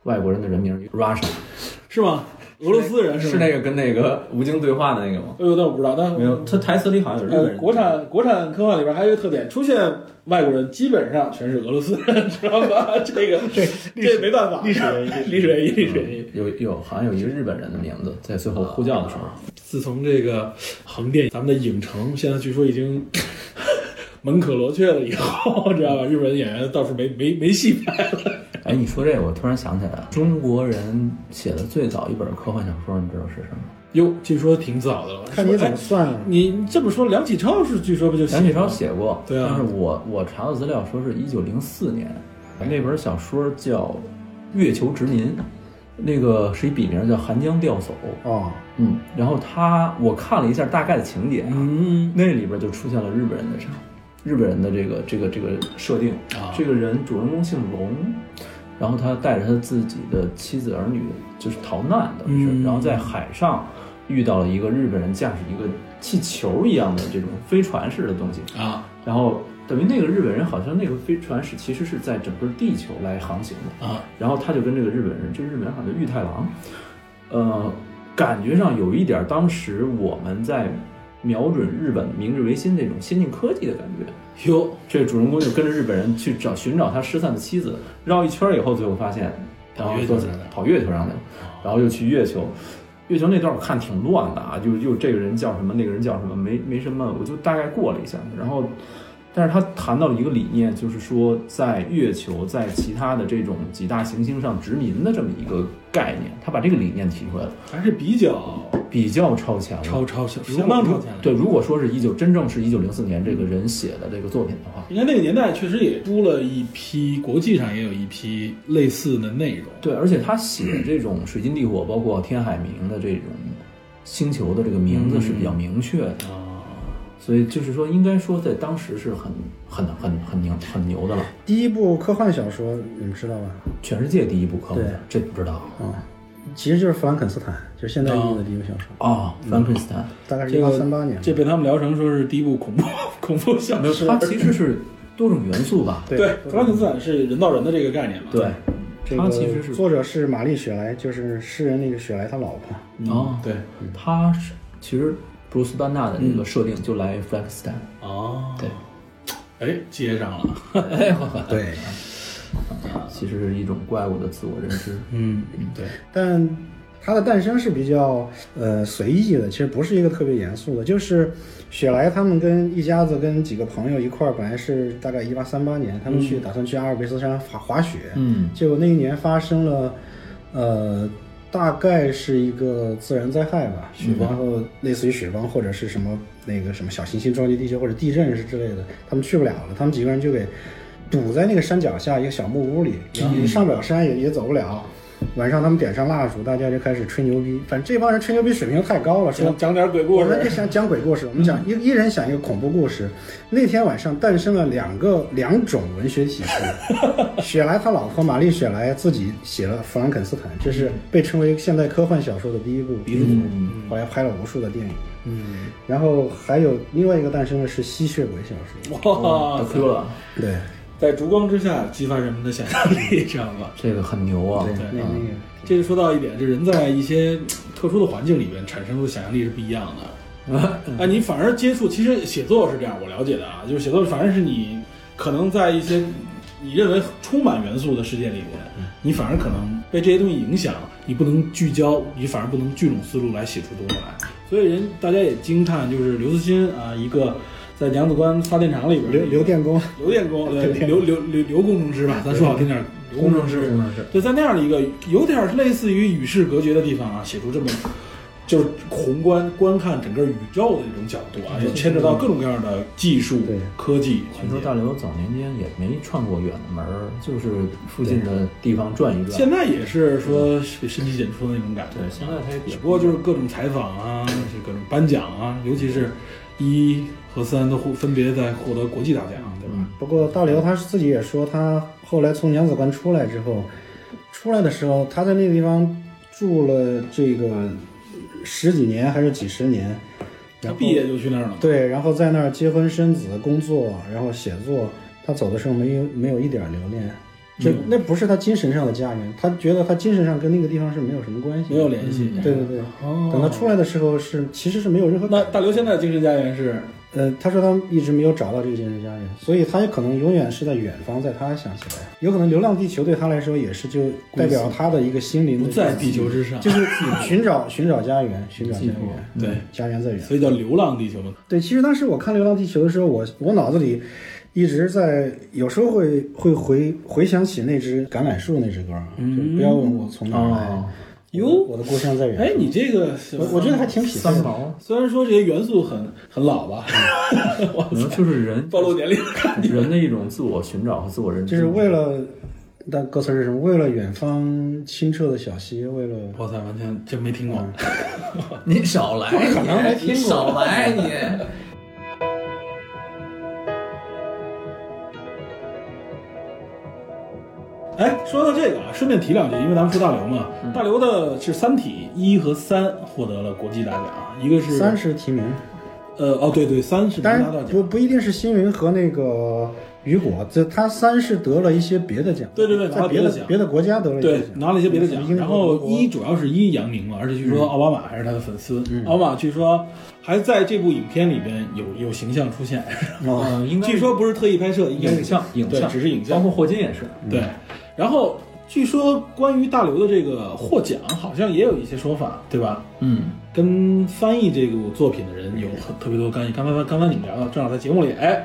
外国人的人名，Russia 是吗？俄罗斯人是吗？那个跟那个吴京对话的那个吗？哎呦，那我不知道，但没有，他台词里好像有日本呃，人。国产国产科幻里边还有一个特点，出现外国人基本上全是俄罗斯人， (laughs) 知道吧？这个这这没办法，历史原因，历史原因，历史原因。有有，好像有一个日本人的名字在最后呼叫的时候，自从这个横店咱们的影城现在据说已经 (laughs) 门可罗雀了以后， (laughs) 知道吧？日本演员倒是没没没戏拍了。哎，你说这个，我突然想起来了，中国人写的最早一本科幻小说，你知道是什么？哟，据说挺早的了。看你怎么哎算 (laughs) 了。你这么说，梁启超是据说不就写梁启超了吗写过，对啊但是我我查到资料说是一九零四年，那本小说叫《月球殖民》，那个是一笔名叫寒江钓叟，哦，嗯，然后他我看了一下大概的情节啊，嗯，那里边就出现了日本人的啥，日本人的这个这个这个设定啊这个人主人公姓龙，然后他带着他自己的妻子儿女就是逃难的，嗯是，然后在海上遇到了一个日本人驾驶一个气球一样的这种飞船式的东西，啊然后等于那个日本人好像那个飞船是其实是在整个地球来航行的，啊，然后他就跟这个日本人，这日本人好像叫玉太郎，呃，感觉上有一点当时我们在瞄准日本明治维新那种先进科技的感觉。哟，这个主人公就跟着日本人去找寻找他失散的妻子，绕一圈以后，最后发现跑然后月球说上哦来了跑月球上去了，然后又去月球。月球那段我看挺乱的啊，就就这个人叫什么，那个人叫什么，没没什么，我就大概过了一下。然后，但是他谈到了一个理念，就是说在月球在其他的这种几大行星上殖民的这么一个概念，他把这个理念提出来了，还是比较比较超前了。超超相如相果当超前了。对，如果说是一九真正是一九零四年这个人写的这个作品的话，应该那个年代确实也出了一批，国际上也有一批类似的内容。对，而且他写这种水晶地火，包括天海明的这种星球的这个名字是比较明确的，啊所以就是说，应该说在当时是很很很很牛很牛的了。第一部科幻小说你们知道吧？全世界第一部科幻对，这不知道其实就是《弗兰肯斯坦》，就是现代意义的第一部小说，啊。凡肯斯坦，大概是这一八个三八年。哦这被他们聊成说是第一部恐怖恐怖小没有，说。它其实是多种元素吧？ (laughs) 对对，弗兰肯斯坦是人造人的这个概念嘛？对，这它其实个是作者是玛丽雪莱，就是诗人那个雪莱他老婆。啊，嗯哦对，它是其实布鲁斯班纳的那个设定就来弗兰肯斯坦，哦，对，哎，接上了。哎，好啊好对，其实是一种怪物的自我认知。嗯，对，但它的诞生是比较呃随意的，其实不是一个特别严肃的。就是雪莱他们跟一家子跟几个朋友一块儿，本来是大概一八三八年，他们去、打算去阿尔卑斯山滑滑雪，嗯，结果那一年发生了呃，大概是一个自然灾害吧，雪崩，然后类似于雪崩或者是什么那个什么小行星撞击地球或者地震是之类的，他们去不了了，他们几个人就给堵在那个山脚下一个小木屋里，然后上不了山也也走不了。晚上他们点上蜡烛，大家就开始吹牛逼。反正这帮人吹牛逼水平太高了，说讲讲点鬼故我们就事，想讲鬼故事，我嗯们讲一一人想一个恐怖故事。那天晚上诞生了两个两种文学 (laughs) 体系，雪莱他老婆玛丽雪莱自己写了《弗兰肯斯坦》，这是被称为现代科幻小说的嗯第一部，嗯后来拍了无数的电影。嗯，然后还有另外一个诞生的是吸血鬼小说，哇德，科嗯了，对，在烛光之下激发人们的想象力，知道吗？这个很牛啊！那那嗯个。这就说到一点，就人在一些特殊的环境里面产生出的想象力是不一样 (laughs) 的。嗯啊，你反而接触，其实写作是这样，我了解的啊，就是写作反而是你可能在一些你认为充满元素的世界里面，嗯你反而可能被这些东西影响，你不能聚焦，你反而不能聚拢思路来写出东西来。所以人大家也惊叹，就是刘慈欣啊，一个在娘子关发电厂里边刘刘电工，刘电工，对刘刘刘刘工程师吧，咱说好听点，刘工程师，对，在那样的一个有点类似于与世隔绝的地方啊，写出这么就是宏观观看整个宇宙的一种角度啊，也牵扯到各种各样的技术对、科技听环说节。大刘早年间也没串过远的门儿，就是附近的地方转一转。现在也是说身体检出的那种感觉，啊对，现在他也比只较不过就是各种采访啊，是各种颁奖啊，尤其是一和三都获分别在获得国际大奖，对吧？不过大刘他自己也说，他后来从娘子关出来之后，出来的时候他在那个地方住了这个十几年还是几十年，他然后毕业就去那儿了，对，然后在那儿结婚生子、工作，然后写作。他走的时候没有没有一点留恋，这、嗯那不是他精神上的家人，他觉得他精神上跟那个地方是没有什么关系的。没有联系。对对对，哦等他出来的时候是其实是没有任何那大刘现在的精神家园是呃，他说他一直没有找到这个精神家园，所以他可能永远是在远方，在他想起来，有可能《流浪地球》对他来说也是就代表他的一个心灵的不在地球之上，就是寻找寻找家园，寻找家园，对，家园在远。所以叫流浪地球嘛。对，其实当时我看《流浪地球》的时候，我我脑子里一直在，有时候会会回回想起那只橄榄树那只歌儿，啊就不要问我从哪儿来，哦嗯哟我的故乡在远方。哎，你啊这个我我觉得还挺匹配三的。毛，虽然说这些元素很很老 (laughs) 吧，可能就是人暴露年龄，人的一种自我寻找和自我认知，就是为了，嗯但歌词是什么？为了远方清澈的小溪，为了哇塞，完全真没听过。你少来，可能没听过，少来 (laughs) 你。哎，说到这个啊，顺便提两句，因为咱们说大刘嘛，嗯大刘的是《三体》一和三获得了国际大奖，一个是三十提名，呃哦对对，三是当能拿到然奖不。不一定是星云和那个雨果，这他三是得了一些别的奖，对对对拿在了别别的的奖别的国家得了一些对，奖，拿了一些别的什么奖。英国然后德国嗯一主要是一扬名了，而且据说奥巴马还是他的粉丝。奥巴马据说还在这部影片里边有有形象出现，哦，嗯，应该据说不是特意拍摄，应该是嗯影像，影对像只是影像包括霍金也是，对，然后据说关于大刘的这个获奖，好像也有一些说法，对吧？嗯，跟翻译这部作品的人有很特别多干系。刚才刚才你们聊到，正好在节目里，哎，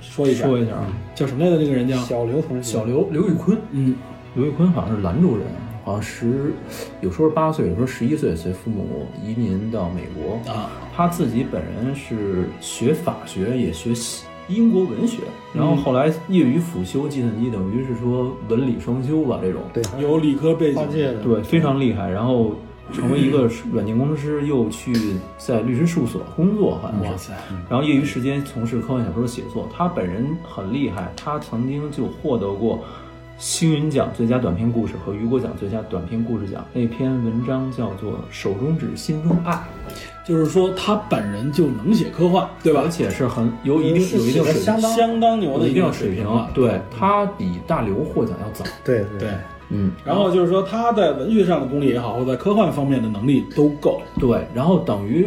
说一下，说一下啊，叫什么来着？那个人叫小刘同学，小刘刘宇坤，嗯，刘宇坤好像是兰州人，好像十，有时候八岁，有时候十一岁，随父母移民到美国啊，他自己本人是学法学，也学西英国文学，然后后来业余辅修计算机，等于是说文理双修吧，这种对有理科背跨景，界的，对非常厉害。然后成为一个软件工程师，又去在律师事务所工作，好哇像是。塞，然后业余时间从事科幻小说的写作，他本人很厉害，他曾经就获得过星云奖最佳短篇故事和雨果奖最佳短篇故事奖。那篇文章叫做《手中指，心中爱》。就是说他本人就能写科幻，对吧而？且是很有一定是有一写定的水平相，当相当牛有的一个定水水平平了了。，嗯对他比大刘获奖要早，对对。嗯，然后就是说他在文学上的功力也好，或者在科幻方面的能力都够，对，然后等于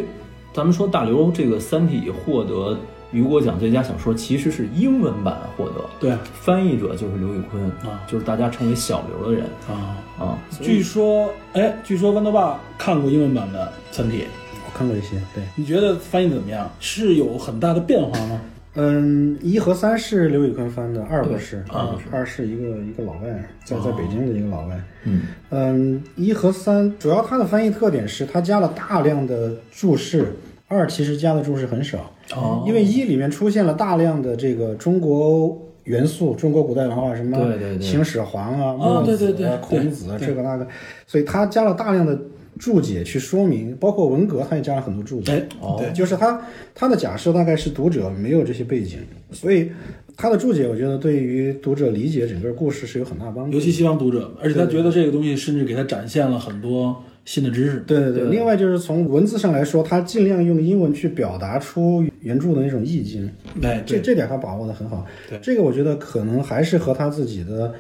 咱们说大刘这个《三体》获得雨果奖最佳小说，其实是英文版获得，对翻译者就是刘宇坤啊就是大家称为小刘的人啊。啊。据说，哎，据说豌豆爸看过英文版的《三体》，我看过一些，对，你觉得翻译得怎么样？是有很大的变化吗？嗯，一和三是刘宇昆翻的，二不是，对二啊不是，二是一个一个老外，在哦在北京的一个老外。嗯嗯，一和三主要它的翻译特点是它加了大量的注释，二其实加的注释很少，哦，因为一里面出现了大量的这个中国元素，中国古代文化什么对对对秦始皇啊、啊墨对对子对啊、对孔子啊对这个那个，所以它加了大量的注解去说明，包括文革它也加了很多注解。哎，哦对，就是他他的假设大概是读者没有这些背景，所以他的注解，我觉得对于读者理解整个故事是有很大帮助尤。其西方读者，而且他觉得这个东西甚至给他展现了很多新的知识。对对对，对另外就是从文字上来说，他尽量用英文去表达出原著的那种意境，哎，这对，这点他把握的很好对。这个我觉得可能还是和他自己的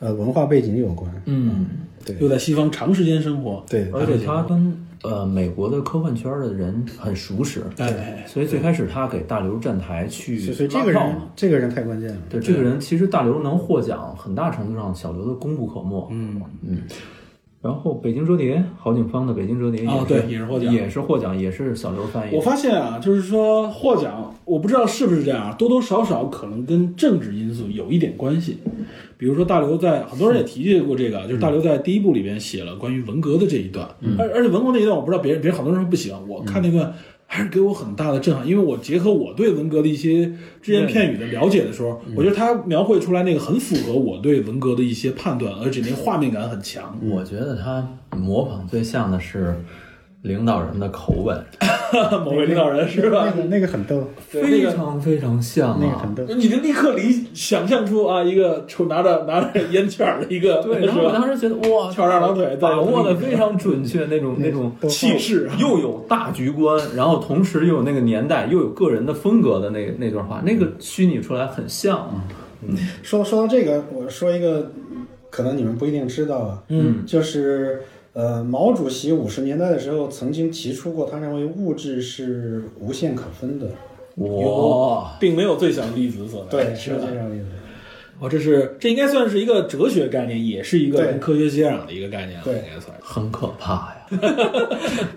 呃文化背景有关。嗯，对又在西方长时间生活，对，而且他跟呃美国的科幻圈的人很熟识，哎哎，所以最开始他给大刘站台去所以所以拉这个票人嘛。这个人太关键了。对这个人，其实大刘能获奖，很大程度上小刘的功不可没。嗯嗯。然后《北京折叠》，郝景芳的《北京折叠》也是、哦对也是获奖也是获奖，也是小刘翻译。我发现啊，就是说获奖，我不知道是不是这样啊，多多少少可能跟政治因素有一点关系。比如说大刘在，很多人也提及过这个啊，就是大刘在第一部里边写了关于文革的这一段，而而且文革那一段我不知道别人，别人好多人说不喜欢，我看那段还是给我很大的震撼，因为我结合我对文革的一些只言片语的了解的时候，我觉得他描绘出来那个很符合我对文革的一些判断，而且那个画面感很强。 (laughs) 我觉得他模仿最像的是领导人的口吻，某位领导人是吧那？个那个很逗，对那个非常非常像那个啊很。逗。你就立刻理想象出啊，一个抽拿着拿着烟圈儿的一个， (laughs) 对，然后我当时觉得哇，翘着二郎腿在把握的非常准确，那种那种啊都气势，啊又有大局观，然后同时又有那个年代，又有个人的风格的那那段话，那个虚拟出来很像啊。嗯说说到这个，我说一个，可能你们不一定知道啊，嗯，就是呃，毛主席五十年代的时候曾经提出过，他认为物质是无限可分的，哇，并没有最小的粒子所在，啊是是有吧这？样的意思。哦，这是这应该算是一个哲学概念，也是一个对跟科学接壤的一个概念了，啊对应该算是。很可怕呀！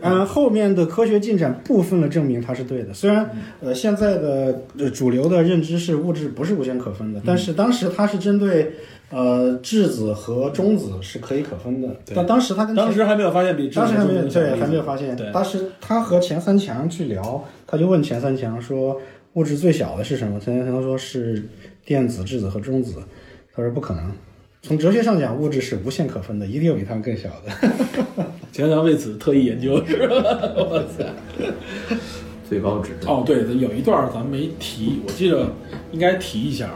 嗯，后面的科学进展部分的证明它是对的，虽然嗯呃现在的呃主流的认知是物质不是无限可嗯分的，但是当时它是针对呃质子和中子是可以可分的，但当时它跟当时还没有发现比之前当时还没有更小的粒对，子还没有发现。对，当时他和钱三强去聊，他就问钱三强说：“物质最小的是什么？”钱三强说是电子、质子和中子。他说不可能。从哲学上讲，物质是无限可分的，一定有比它们更小的。 (laughs) 钱翔为此特意研究，是吧？我操！最高值哦，对，有一段儿咱们没提，我记得应该提一下嘛。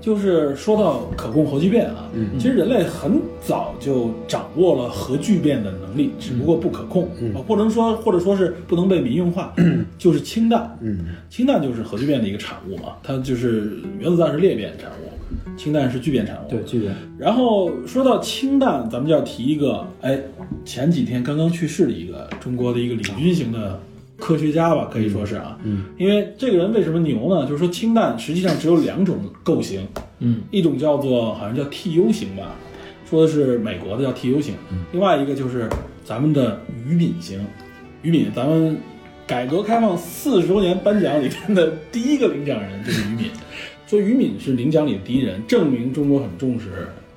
就是说到可控核聚变啊，其实人类很早就掌握了核聚变的能力，只不过不可控，啊不能说或者说是不能被民用化，就是氢弹，嗯，氢弹就是核聚变的一个产物嘛，它就是原子弹是裂变产物，氢弹是聚变产物，对，巨人然后说到氢弹，咱们就要提一个，哎，前几天刚刚去世的一个中国的一个领军型的科学家吧，可以说是啊，嗯，因为这个人为什么牛呢？就是说氢弹实际上只有两种构型，嗯，一种叫做好像叫 TU 型吧，说的是美国的叫 TU 型，另外一个就是咱们的俞敏型，俞敏，咱们改革开放四十周年颁奖里边的第一个领奖人就是俞敏。说俞敏是领奖里的第一人，证明中国很重视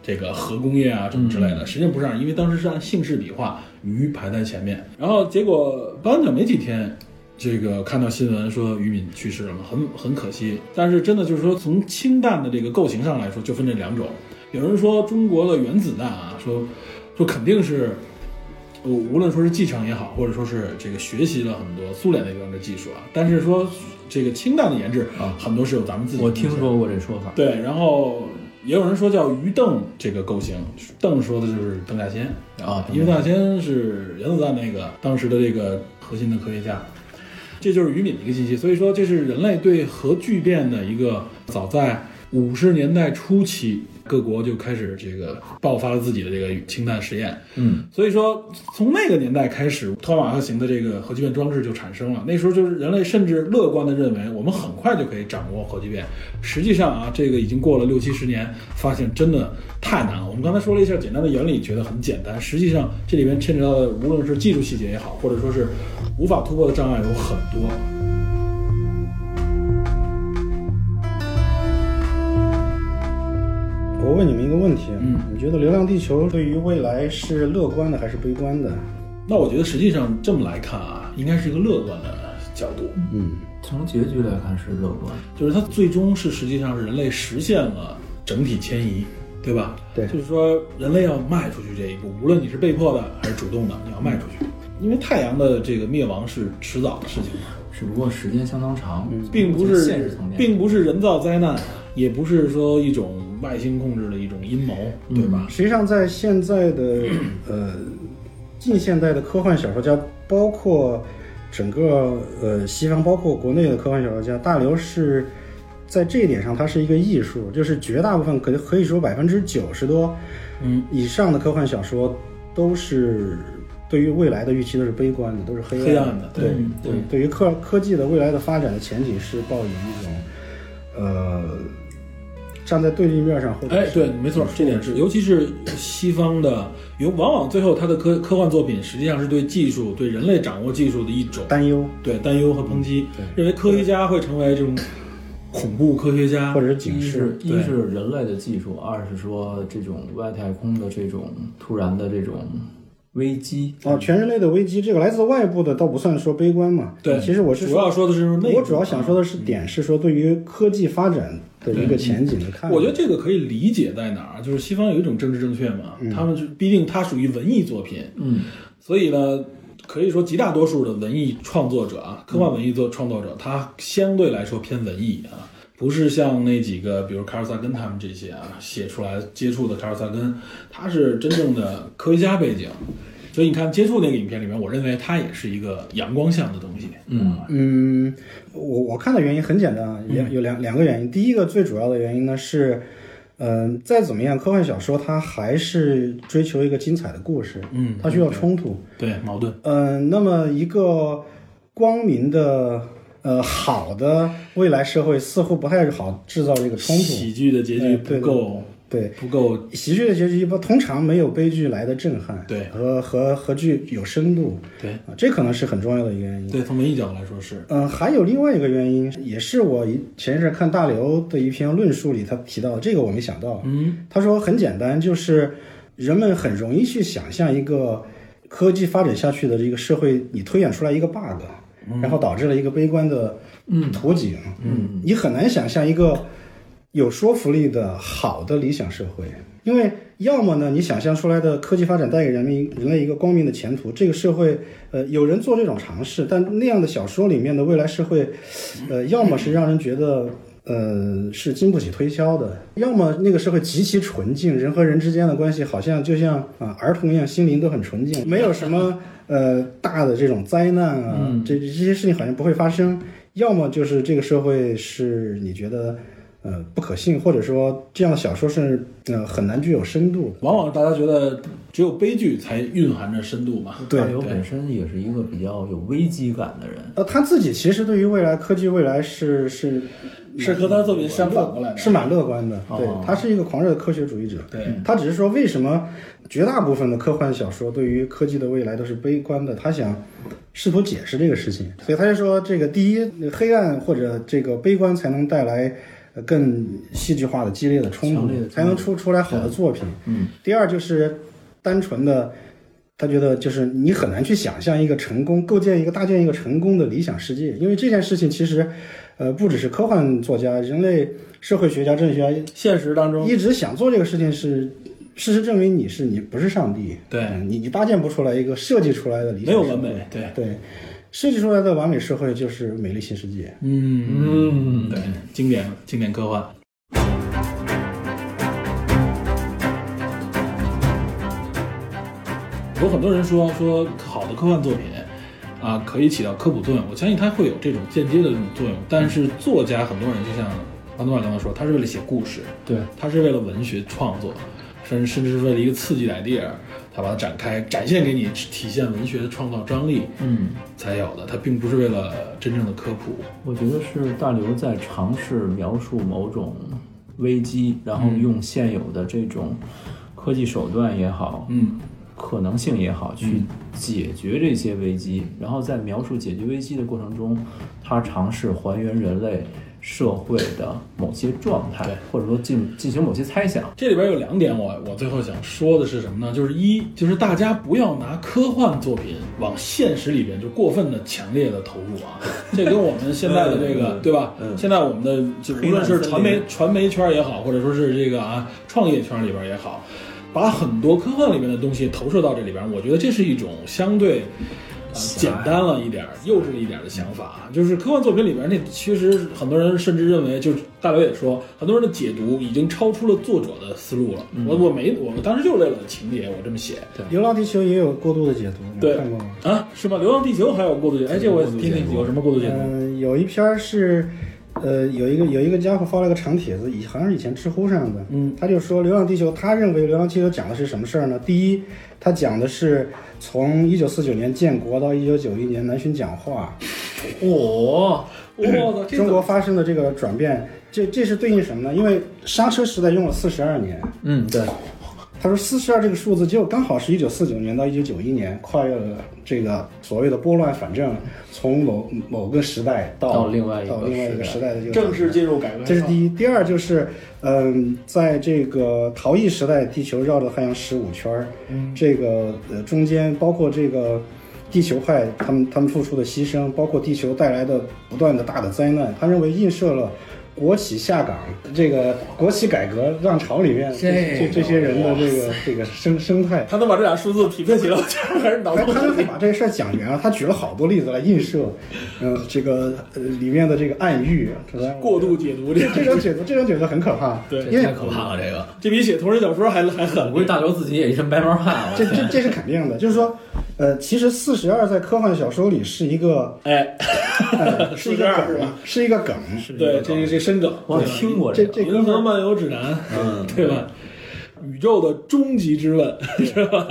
这个核工业啊，什么之类的。实际上不是这样，因为当时是按姓氏笔画，俞排在前面。然后结果颁奖没几天，这个看到新闻说俞敏去世了嘛，很很可惜。但是真的就是说，从氢弹的这个构型上来说，就分这两种。有人说中国的原子弹啊，说说肯定是我无论说是继承也好，或者说是这个学习了很多苏联那边的技术啊，但是说这个氢弹的研制啊很多是有咱们自己的我贡献听说过这说法。对，然后也有人说叫鱼邓这个构型，邓说的就是邓稼先啊因为邓稼先是原子弹那个当时的这个核心的科学家，这就是俞敏的一个信息。所以说，这是人类对核聚变的一个早在五十年代初期，各国就开始这个爆发了自己的这个氢弹实验。嗯，所以说，从那个年代开始，托马赫型的这个核聚变装置就产生了。那时候就是人类甚至乐观的认为，我们很快就可以掌握核聚变。实际上啊，这个已经过了六七十年，发现真的太难了。我们刚才说了一下简单的原理，觉得很简单，实际上啊这里面牵扯到的无论是技术细节也好，或者说是无法突破的障碍有很多。问你们一个问题，嗯，你觉得《流浪地球》对于未来是乐观的还是悲观的？那我觉得实际上这么来看啊，应该是一个乐观的角度，嗯，从结局来看是乐观，就是它最终是实际上是人类实现了整体迁移，对吧？对就是说人类要迈出去这一步，无论你是被迫的还是主动的，你要迈出去，因为太阳的这个灭亡是迟早的事情嘛。只不过时间相当长，并不从是现实层面，并不是人造灾难，也不是说一种外星控制的一种阴谋，对吧？实际上在现 (clears throat) 在的呃近现代的科幻小说家，包括整个呃西方，包括国内的科幻小说家，大刘是在这一点上，他是一个艺术，就是绝大部分可可以说百分之九十多嗯以上的科幻小说都是对于未来的预期都是悲观的，都是黑黑暗暗的，对，嗯对，对于科科技的未来的发展的前景是抱以一种呃站在对立面上，或者哎，是对，没错，这点是，尤其是西方的，有往往最后他的科科幻作品实际上是对技术、对人类掌握技术的一种担忧对担忧和抨击，嗯认为科学家会成为这种恐怖科学家或者是一警示。是一是人类的技术，二是说这种外太空的这种突然的这种危机，嗯啊，全人类的危机，这个来自外部的倒不算说悲观嘛。对其实我是主要说的是内部啊嗯我主要想说的是点是说对于科技发展的一个前景的看法。我觉得这个可以理解在哪儿，就是西方有一种政治正确嘛，嗯他们就毕竟它属于文艺作品，嗯，所以呢，可以说极大多数的文艺创作者啊，科嗯幻文艺作创作者，他相对来说偏文艺啊，不是像那几个，比如卡尔萨根他们这些啊，写出来接触的卡尔萨根，他是真正的科学家背景。所以你看，接触那个影片里面，我认为它也是一个阳光向的东西。嗯，嗯，我我看的原因很简单，啊，有有两两个原因。第一个最主要的原因呢是，嗯、再怎么样，科幻小说它还是追求一个精彩的故事，嗯，它需要冲突。对，矛盾。嗯、那么一个光明的。呃，好的未来社会似乎不太好制造这个冲突，喜剧的结局哎不对够，对，不够喜剧的结局一般通常没有悲剧来的震撼，对和和和剧有深度，对啊，这可能是很重要的一个原因。对，从文艺角度来说是，嗯、还有另外一个原因，也是我一前一阵看大刘的一篇论述里他提到的，这个我没想到。嗯，他说很简单，就是人们很容易去想象一个科技发展下去的这个社会，你推演出来一个 bug，、然后导致了一个悲观的图景。嗯，你很难想象一个有说服力的好的理想社会，因为要么呢，你想象出来的科技发展带给人民人类一个光明的前途，这个社会，呃，有人做这种尝试，但那样的小说里面的未来社会，呃，要么是让人觉得。呃，是经不起推敲的。要么那个社会极其纯净，人和人之间的关系好像就像啊、儿童一样，心灵都很纯净，没有什么呃大的这种灾难啊，嗯这这些事情好像不会发生。要么就是这个社会是你觉得呃不可信，或者说这样的小说是呃很难具有深度的。往往大家觉得只有悲剧才蕴含着深度嘛。对大刘本身也是一个比较有危机感的人，呃，他自己其实对于未来科技未来是是是和他的作品相反过来的是蛮乐观的。对哦，他是一个狂热的科学主义者。对他只是说为什么绝大部分的科幻小说对于科技的未来都是悲观的，他想试图解释这个事情，所以他就说这个第一，黑暗或者这个悲观才能带来。呃更戏剧化的、激烈的冲强突烈的，才能出出来好的作品。嗯，第二就是单纯的，他觉得就是你很难去想象一个成功构建一个搭建一个成功的理想世界，因为这件事情其实，呃，不只是科幻作家、人类社会学家、政治学家现实当中，一直想做这个事情是，事实证明你是你不是上帝，对嗯你你搭建不出来一个设计出来的理没想有社会，完美，对，对，设计出来的完美社会就是美丽新世界。嗯，对，经典经典科幻。有很多人说说好的科幻作品啊，可以起到科普作用，我相信它会有这种间接的这种作用。但是作家很多人就像安东尔刚才说，他是为了写故事，对，他是为了文学创作，甚甚至是为了一个刺激的 idea，他把它展开展现给你，体现文学的创造张力嗯。才有的。他并不是为了真正的科普，我觉得是大刘在尝试描述某种危机，然后用现有的这种科技手段也好，嗯，可能性也好，去解决这些危机。然后在描述解决危机的过程中，他尝试还原人类社会的某些状态对，或者说进进行某些猜想。这里边有两点我，我最后想说的是什么呢？就是一，就是大家不要拿科幻作品往现实里边就过分的强烈的投入啊，这跟我们现在的这个、对吧？现在我们的就无论是传媒传媒圈也好，或者说是这个啊创业圈里边也好，把很多科幻里面的东西投射到这里边，我觉得这是一种相对。呃简单了一点儿，幼稚一点儿的想法啊，就是科幻作品里边儿那，其实很多人甚至认为，就是大刘也说，很多人的解读已经超出了作者的思路了。我我没，我当时就是为了情节，我这么写。 《流浪地球》也有过度的解读，你对们看过吗？啊，是吧？《流浪地球》还有过度解读，哎，这我听听有什么过度解读？嗯、有一篇儿是，呃，有一个有一个家伙发了个长帖子，以好像是以前知乎上的，嗯，他就说《流浪地球》，他认为《流浪地球》讲的是什么事儿呢？第一，他讲的是从一九四九年建国到一九九一年南巡讲话，我我嗯哦操，这中国发生的这个转变，这这是对应什么呢？因为刹车时代用了四十二年，嗯，对，他说四十二这个数字就刚好是一九四九年到一九九一年，跨越了这个所谓的拨乱反正，从某某个时代到到另外一个到另外一个时时代的这个正式进入改革开放，这是第一，第二就是，嗯，在这个陶艺时代，地球绕着太阳十五圈儿，嗯这个呃中间包括这个地球派他们他们付出的牺牲，包括地球带来的不断的大的灾难，他认为映射了。国企下岗，这个国企改革浪潮里面，这这这这些人的这个这个生生态，他能把这俩数字匹配起来，我觉得还是脑他洞他很就是大。把这事儿讲圆了，他举了好多例子来映射，嗯、这个呃里面的这个暗喻，这个 (laughs) 过度解读这这个这种解读，这种解读很可怕。对因为太可怕了，这个。这比写同人小说还还狠我。估计大刘自己也一身白毛汗啊这了。这这是肯定的，就是说，呃，其实四十二在科幻小说里是一个，哎，呃、是一个42是梗吧，是一个梗。对，这这深梗，我对吧听过这个，这银哥们河儿漫游指南，嗯 (laughs) 对吧？宇宙的终极之问，是吧？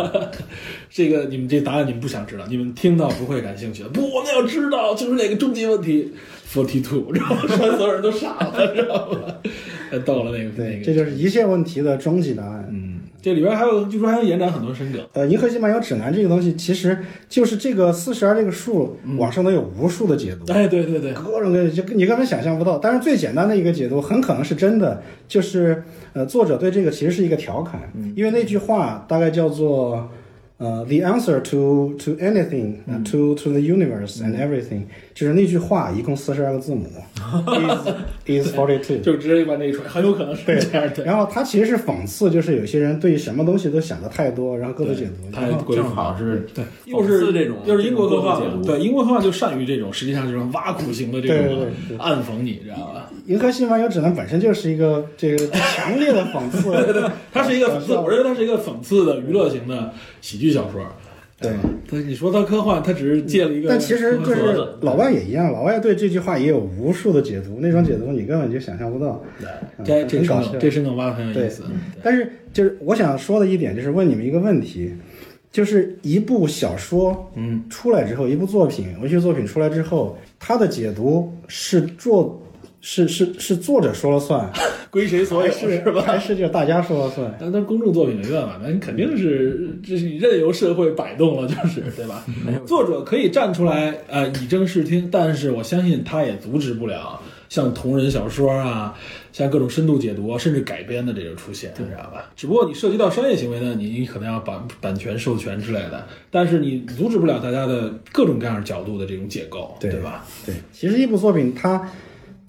这个你们这答案你们不想知道，你们听到不会感兴趣的。不，我们要知道就是哪个终极问题，forty two，然后 (laughs) 说所有人都傻了，知道吗？到了那个那对，个，这就是一切问题的终极答案。嗯，这里边还有据说还能延展很多深梗，呃，《银河系漫游指南》这个东西，其实就是这个四十二这个数，嗯网上都有无数的解读，哎，对对对，各种各样就你根本想象不到。但是最简单的一个解读，很可能是真的，就是呃，作者对这个其实是一个调侃，嗯因为那句话大概叫做呃，the answer to to anything、嗯 to to the universe and everything，、就是那句话，一共四十二个字 (laughs) 母，is is forty two。就直接把那一出来，很有可能是这样的。然后它其实是讽刺，就是有些人对什么东西都想的太多，然后各自解读。太过于正好是对，又是这种，又是英国科幻这嘛，种过度解对英国科幻就善于这种，实际上这种挖苦型的这对种对啊暗讽你，知道吧？银河系漫游指南本身就是一个这个强烈的讽 (laughs) 刺，对 (laughs) 对它是一个讽刺，我认为它是一个讽刺的娱乐型的喜剧小说。对吧，它你说它科幻，它只是借了一个，但其实就科幻是盒子老外也一样，老外对这句话也有无数的解读，那种解读你根本就想象不到。嗯嗯这这深很搞梗，笑这深梗挖的很有意对思。但是就是我想说的一点，就是问你们一个问题，就是一部小说，嗯，出来之后，一部作品，文学作品出来之后，它的解读是作是是是作者说了 (laughs) 算，归谁所有还是吧？还是就大家说了算？但但公众作品没办法，那你肯定是这是你任由社会摆动了，就是对 (laughs) 吧？作者可以站出来，呃，以正视听，但是我相信他也阻止不了像同人小说啊，像各种深度解读啊，甚至改编的这种出现，你知道吧？只不过你涉及到商业行为呢，你你可能要版版权授权之类的，但是你阻止不了大家的各种各样角度的这种解构，对对吧？对，其实一部作品它。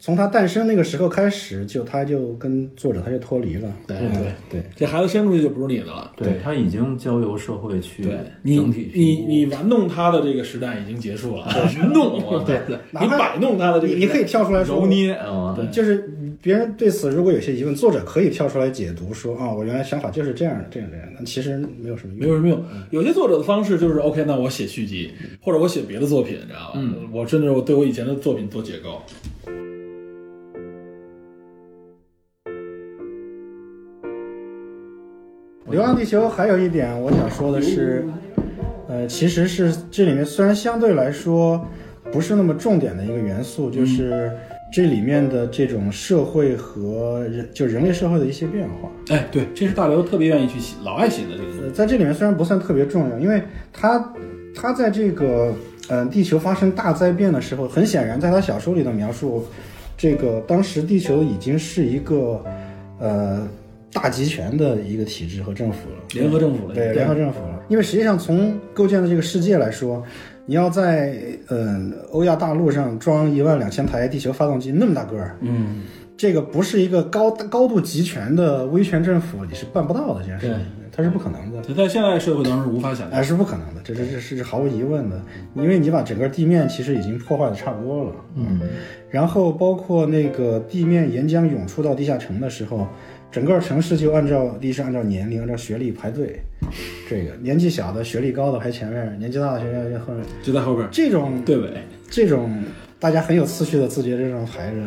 从它诞生那个时候开始，就它就跟作者他就脱离了。对嗯对对，哎这孩子生出去就不是你的了。读，对他已经交由社会去对你，整体你评估你玩弄他的这个时代已经结束了， (laughs) 弄我对你摆弄他的这个时代，你你可以跳出来说，揉捏啊，对就是别人对此如果有些疑问，作者可以跳出来解读说啊、我原来想法就是这样的，这样这样的，但其实没有什么没用。有什么用。嗯有些作者的方式就是 OK，那我写续集，或者我写别的作品，你知道吧？嗯，我甚至我对我以前的作品做解构。流浪地球还有一点我想说的是，呃，其实是这里面虽然相对来说不是那么重点的一个元素，嗯就是这里面的这种社会和人就人类社会的一些变化。哎，对，这是大刘特别愿意去写，老爱写的这呃，个。在这里面虽然不算特别重要，因为他他在这个呃地球发生大灾变的时候，很显然在他小说里的描述，这个当时地球已经是一个呃大集权的一个体制和政府了。联合政府了，对联合政府了。因为实际上从构建的这个世界来说，你要在嗯、欧亚大陆上装一万两千台地球发动机，那么大个儿，嗯，这个不是一个高高度集权的威权政府，你是办不到的这件事情，它是不可能的。它在现代社会当中是无法想象。哎，是不可能的，这这这是毫无疑问的，因为你把整个地面其实已经破坏的差不多了，嗯，然后包括那个地面岩浆涌出到地下城的时候，整个城市就按照历史、按照年龄、按照学历排队，这个年纪小的、学历高的排前面，年纪大的学历排后面，就在后边儿这种对尾，这种大家很有次序的自觉这种排着，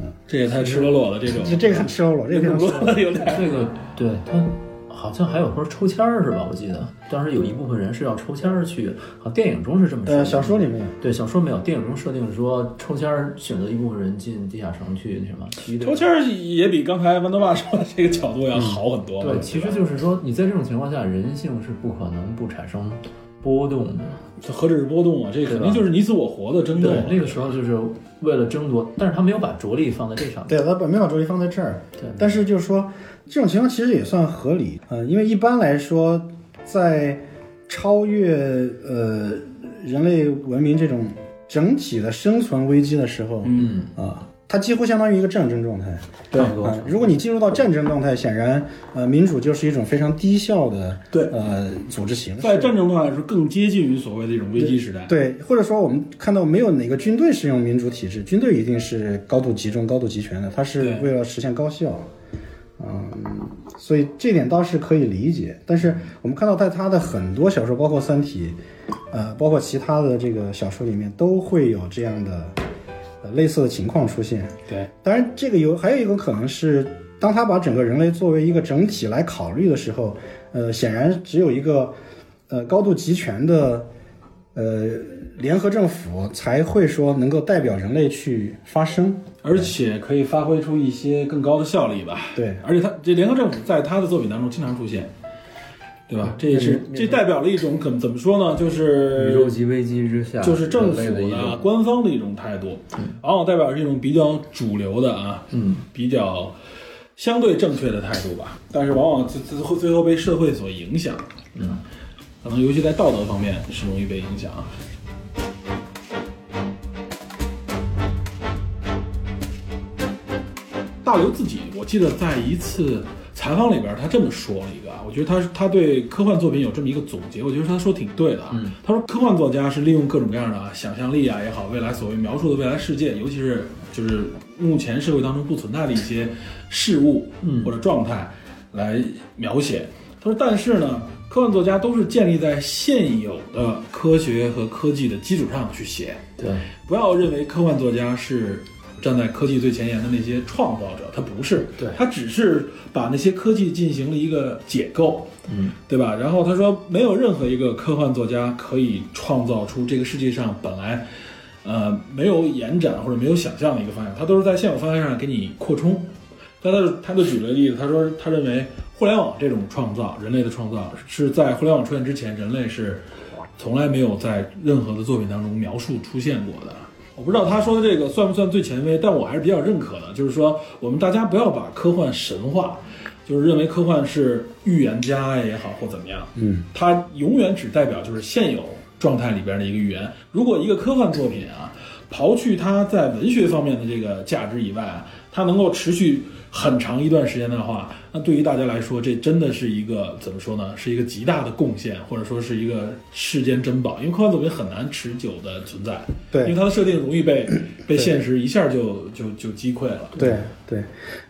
嗯，这也太赤裸裸了，这种这这个很赤裸裸，这个非常 (laughs) 赤裸裸有点这个对他好像还有说抽签儿是吧？我记得当时有一部分人是要抽签儿去，好电影中是这么说的。呃，小说里面有。对小说没有，电影中设定是说抽签儿选择一部分人进地下城去那什么去抽签儿也比刚才豌豆爸说的这个角度要好很多嘛。对，其实就是说你在这种情况下，人性是不可能不产生波动的。这何止是波动啊，这肯定就是你死我活的争斗啊。对，那个时候就是为了争夺，但是他没有把着力放在这上面。对，他把没把注意放在这儿。对但是就是说，这种情况其实也算合理，呃，因为一般来说，在超越呃人类文明这种整体的生存危机的时候，嗯啊、它几乎相当于一个战争状态。差不多啊、如果你进入到战争状态，显然呃，民主就是一种非常低效的对呃组织形式。在战争状态来说，更接近于所谓的一种危机时代。对，或者说我们看到没有哪个军队是用民主体制，军队一定是高度集中、高度集权的，它是对为了实现高效。啊嗯，所以这点倒是可以理解。但是我们看到，在他的很多小说，包括《三体》，呃，包括其他的这个小说里面，都会有这样的、呃、类似的情况出现。对，当然，这个有还有一个可能是，当他把整个人类作为一个整体来考虑的时候，呃，显然只有一个呃高度集权的呃联合政府才会说能够代表人类去发声。而且可以发挥出一些更高的效力吧。对，而且他这联合政府在他的作品当中经常出现，对吧？这也是这代表了一种怎怎么说呢？就是宇宙级危机之下，就是政府人类的一的种官方的一种态度，往往代表是一种比较主流的啊，嗯，比较相对正确的态度吧。但是往往最最后最后被社会所影响，嗯，可能尤其在道德方面是容易被影响啊。大刘自己，我记得在一次采访里边，他这么说了一个啊，我觉得他他对科幻作品有这么一个总结，我觉得他说挺对的啊。他说科幻作家是利用各种各样的啊想象力啊也好，未来所谓描述的未来世界，尤其是就是目前社会当中不存在的一些事物或者状态来描写。他说，但是呢，科幻作家都是建立在现有的科学和科技的基础上去写。对不要认为科幻作家是站在科技最前沿的那些创造者，他不是，对他只是把那些科技进行了一个解构，嗯，对吧？然后他说，没有任何一个科幻作家可以创造出这个世界上本来。呃，没有延展或者没有想象的一个方向，他都是在现有方向上给你扩充。但他就他就举了个例子，他说他认为互联网这种创造，人类的创造是在互联网出现之前，人类是从来没有在任何的作品当中描述出现过的。我不知道他说的这个算不算最前卫，但我还是比较认可的。就是说，我们大家不要把科幻神话，就是认为科幻是预言家也好或怎么样，嗯，它永远只代表就是现有状态里边的一个预言。如果一个科幻作品啊，刨去它在文学方面的这个价值以外啊，它能够持续很长一段时间的话，那对于大家来说，这真的是一个怎么说呢？是一个极大的贡献，或者说是一个世间珍宝。因为科幻作品很难持久的存在，因为对它的设定容易被被现实一下就就就击溃了。对对，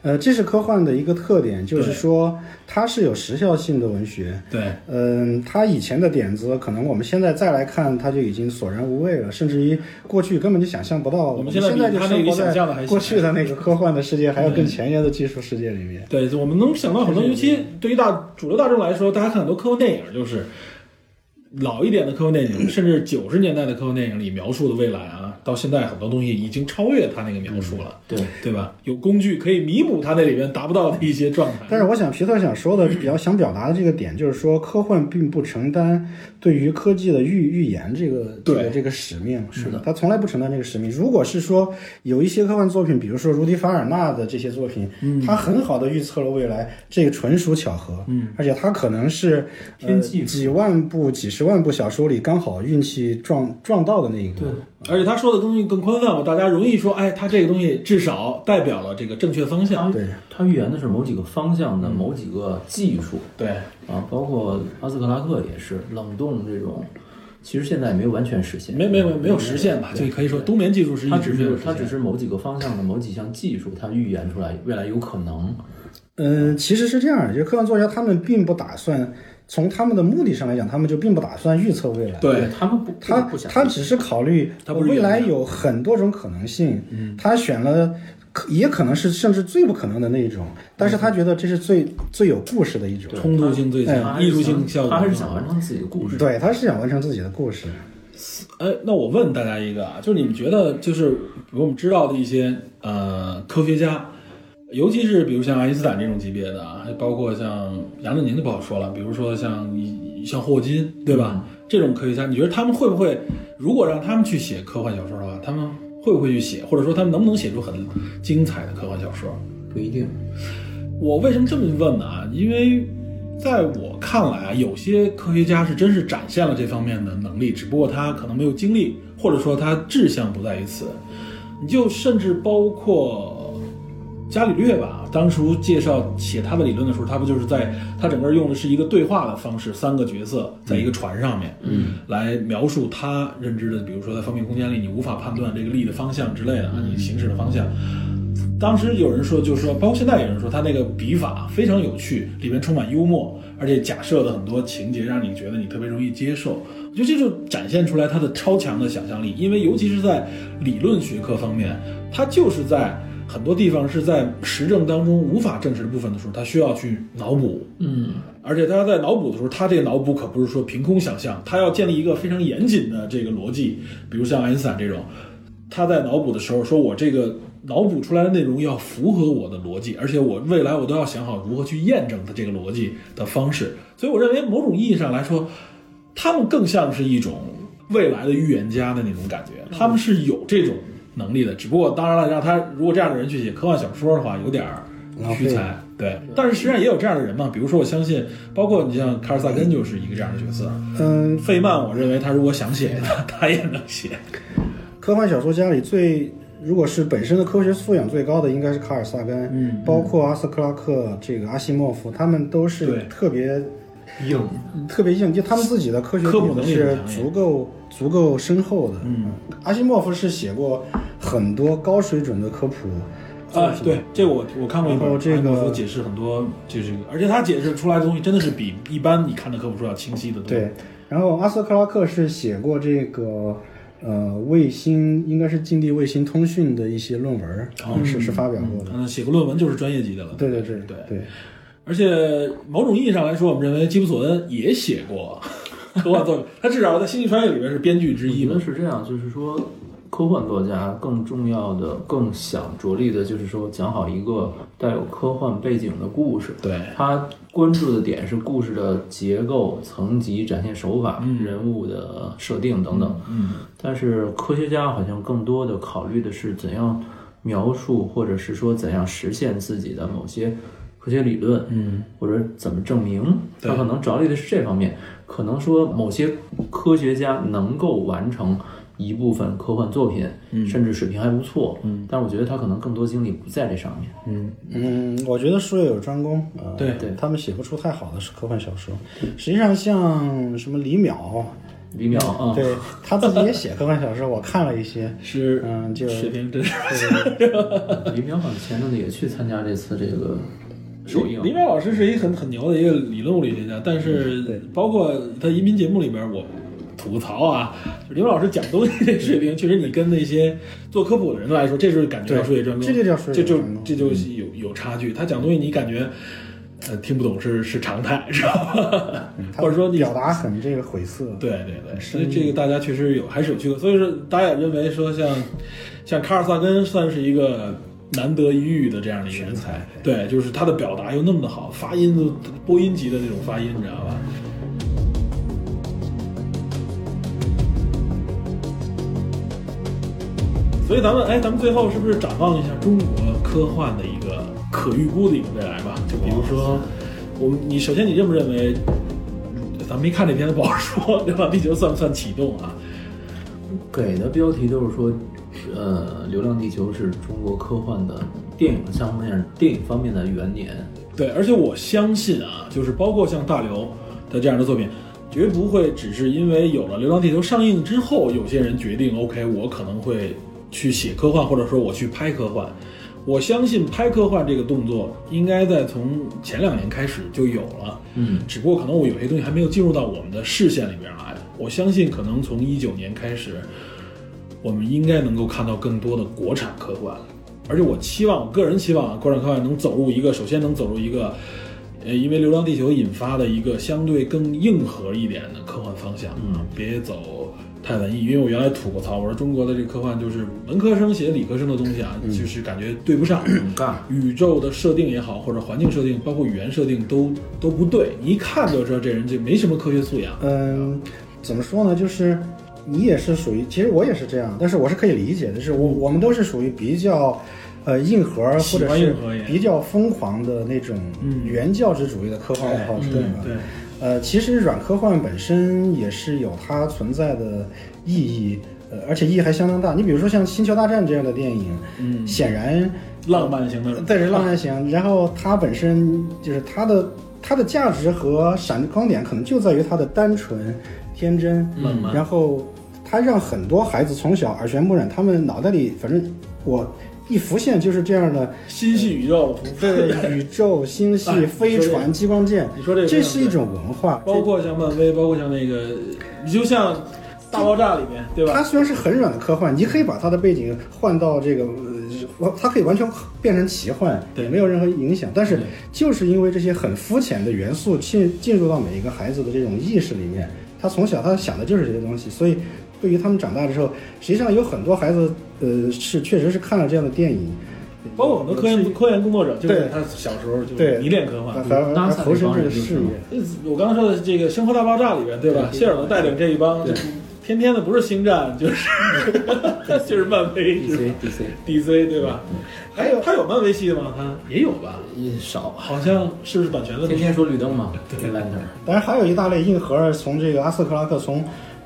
呃，这是科幻的一个特点，就是说它是有时效性的文学。对嗯，他以前的点子，可能我们现在再来看，他就已经索然无味了，甚至于过去根本就想象不到。我我们们现在比就他那生里活想象的嗯在还过小去的那个科幻的世界，还要更前沿的技术世界里面。对，就我们能想到很多，尤其对于大主流大众来说，大家看很多科幻电影 (clears throat) 就是。老一点的科幻电影，甚至九十年代的科幻电影里描述的未来啊，到现在很多东西已经超越他那个描述了，对对吧？有工具可以弥补他那里面达不到的一些状态。但是我想皮特想说的比较想表达的这个点，就是说科幻并不承担对于科技的预预言这个这个对这个使命，是的，他从来不承担这个使命。如果是说有一些科幻作品，比如说如迪·凡尔纳的这些作品，他很好的预测了未来，这个纯属巧合，嗯，而且他可能是呃天气几万部、几十万部小说里刚好运气撞撞到的那一个，而且他说的东西更宽泛嘛，大家容易说，哎，他这个东西至少代表了这个正确方向。他对他预言的是某几个方向嗯的某几个技术对，啊，包括阿斯克拉克也是冷冻这种，其实现在也没有完全实现，嗯没没有没有实现吧，就可以说冬眠技术是一它直只没有是实它只现。是某几个方向的某几项技术，它预言出来未来有可能。嗯，其实是这样，就科幻作家他们并不打算从他们的目的上来讲，他们就并不打算预测未来。对，他们不他不想他只是考虑他不是未来原料嗯有很多种可能性，他选了可也可能是甚至最不可能的那一种，嗯但是他觉得这是最最有故事的一种。冲突性最强，哎艺术性效果哎他还是最想好完成自己的故事。对，他是想完成自己的故事。哎，那我问大家一个啊，就是你们觉得，就是比如我们知道的一些呃科学家，尤其是比如像爱因斯坦这种级别的啊，还包括像杨振宁就不好说了，比如说像一像霍金，对吧？这种科学家，你觉得他们会不会，如果让他们去写科幻小说的话，他们会不会去写，或者说他们能不能写出很精彩的科幻小说？不一定。我为什么这么问呢？啊，因为在我看来啊，有些科学家是真是展现了这方面的能力，只不过他可能没有精力，或者说他志向不在于此。你就甚至包括伽利略吧，当初介绍写他的理论的时候，他不就是在他整个用的是一个对话的方式，三个角色在一个船上面，嗯，来描述他认知的，比如说在封闭空间里你无法判断这个力的方向之类的啊，你行驶的方向。当时有人说，就是说，包括现在有人说，他那个笔法非常有趣，里面充满幽默，而且假设的很多情节让你觉得你特别容易接受。我觉得这就展现出来他的超强的想象力，因为尤其是在理论学科方面，他就是在很多地方是在实证当中无法证实的部分的时候，他需要去脑补，嗯，而且他在脑补的时候，他这个脑补可不是说凭空想象，他要建立一个非常严谨的这个逻辑。比如像爱因斯坦这种，他在脑补的时候说，我这个脑补出来的内容要符合我的逻辑，而且我未来我都要想好如何去验证他这个逻辑的方式。所以我认为，某种意义上来说，他们更像是一种未来的预言家的那种感觉，嗯他们是有这种能力的。只不过，当然了，让他如果这样的人去写科幻小说的话，有点儿虚才。对，但是实际上也有这样的人嘛，比如说我相信，包括你像卡尔萨根就是一个这样的角色。嗯，费曼，我认为他如果想写， (laughs) 他他也能写。科幻小说家里最如果是本身的科学素养最高的，应该是卡尔萨根，嗯，包括阿斯克拉克、这个阿西莫夫，他们都对是特别嗯硬特别硬，就他们自己的科学科普能力是很强足够足够深厚的。嗯，阿西莫夫是写过很多高水准的科普作啊品，，对，这我我看过一然本，后这个安德森解释很多，就是而且他解释出来的东西真的是比一般你看的科普书要清晰的多。对，然后阿瑟克拉克是写过这个呃卫星，应该是近地卫星通讯的一些论文，哦是是发表过的。嗯，写个论文就是专业级的了。对对对对对，而且某种意义上来说，我们认为基普索恩也写 (laughs) 过科幻作品，他至少在《星际穿越》里面是编剧之一我嘛觉得。是这样，就是说，科幻作家更重要的、更想着力的，就是说讲好一个带有科幻背景的故事。对他关注的点是故事的结构、层级、展现手法、人物的设定等等。嗯，但是科学家好像更多的考虑的是怎样描述，或者是说怎样实现自己的某些科学理论，嗯，或者怎么证明。他可能着力的是这方面，可能说某些科学家能够完成。一部分科幻作品，甚至水平还不错，嗯，但是我觉得他可能更多精力不在这上面，嗯，我觉得术业有专攻啊、呃对对他们写不出太好的科幻小说。实际上，像什么李淼，李淼啊， (laughs) 对他自己也写科幻小说，我看了一些，是，嗯，就水平真是。李淼好像前阵子也去参加这次这个首映，李淼老师是一个很很牛的一个理论物理学家，但是包括他移民节目里边，我吐槽啊，就李淼老师讲东西这水平，确实你跟那些做科普的人来说，这就是感觉到嗯对术业专攻，这就叫术业这就专攻这就有有差距。他讲东西，你感觉。呃听不懂是是常态，是吧？ (laughs) 或者说你表达很这个晦涩，对对对，所以这个大家确实有还是有去过，所以说大家也认为说像像卡尔萨根算是一个难得一遇的这样的一个人才，对，就是他的表达又那么的好，发音都播音级的那种发音，你知道吧？所以咱们哎，咱们最后是不是展望一下中国科幻的一个可预估的一个未来吧？就比如说，我们你首先你认不认为，咱没看这片子不好说，对吧？地球算不算启动啊？给的标题都是说，呃，《流浪地球》是中国科幻的电影上面电影方面的元年。对，而且我相信啊，就是包括像大刘的这样的作品，绝不会只是因为有了《流浪地球》上映之后，有些人决定 OK，我可能会去写科幻，或者说我去拍科幻。我相信拍科幻这个动作应该在从前两年开始就有了，嗯，只不过可能我有些东西还没有进入到我们的视线里边来。我相信可能从一九年开始，我们应该能够看到更多的国产科幻，而且我期望，我个人期望啊，国产科幻能走入一个，首先能走入一个，呃，因为《流浪地球》引发的一个相对更硬核一点的科幻方向，嗯，别走太文艺，因为我原来吐过槽，我说中国的这科幻就是文科生写理科生的东西啊，就是感觉对不上，嗯尬宇宙的设定也好，或者环境设定，包括语言设定都都不对，一看就知道这人就没什么科学素养，嗯，怎么说呢？就是你也是属于，其实我也是这样，但是我是可以理解的，是我我们都是属于比较。呃，硬核嗯喜或欢者是硬核也比较疯狂的那种嗯原教旨主义的科幻哎爱好者对吧。嗯对。呃，其实软科幻本身也是有它存在的意义，呃，而且意义还相当大。你比如说像《星球大战》这样的电影，嗯显然浪漫型的，啊在这浪漫型，然后它本身就是它的它的价值和闪光点可能就在于它的单纯、天真，浪漫然后它让很多孩子从小耳濡目染，他们脑袋里反正我一浮现就是这样的，心系宇宙，对 (laughs) 宇宙、星哎系、飞你说这船、激光剑，你说这个非这常是一对种文化，包括像漫威，包括像那个，你就像大爆炸里面，对它吧？虽然是很软的科幻，你可以把它的背景换到这个，呃，它可以完全变成奇幻，对也没有任何影响。但是对就是因为这些很肤浅的元素进进入到每一个孩子的这种意识里面，他从小他想的就是这些东西，所以对于他们长大之后，实际上有很多孩子，呃，是确实是看了这样的电影，包括很多科研科研工作者，就是嗯对他小时候就是对迷恋科幻呃反。而而投身这个事业。我刚刚说的这个《生活大爆炸》里边，对吧？谢尔德带领这一帮，就天天的不是星战，就是 (laughs) 就是漫威 DC 是吧 DC DC，对吧？还有他有漫威系的吗？他也有吧？也少，好像是不是版权问天题？天说绿灯嘛，对 Lantern。当然还有一大类硬核，从这个阿瑟克拉克从。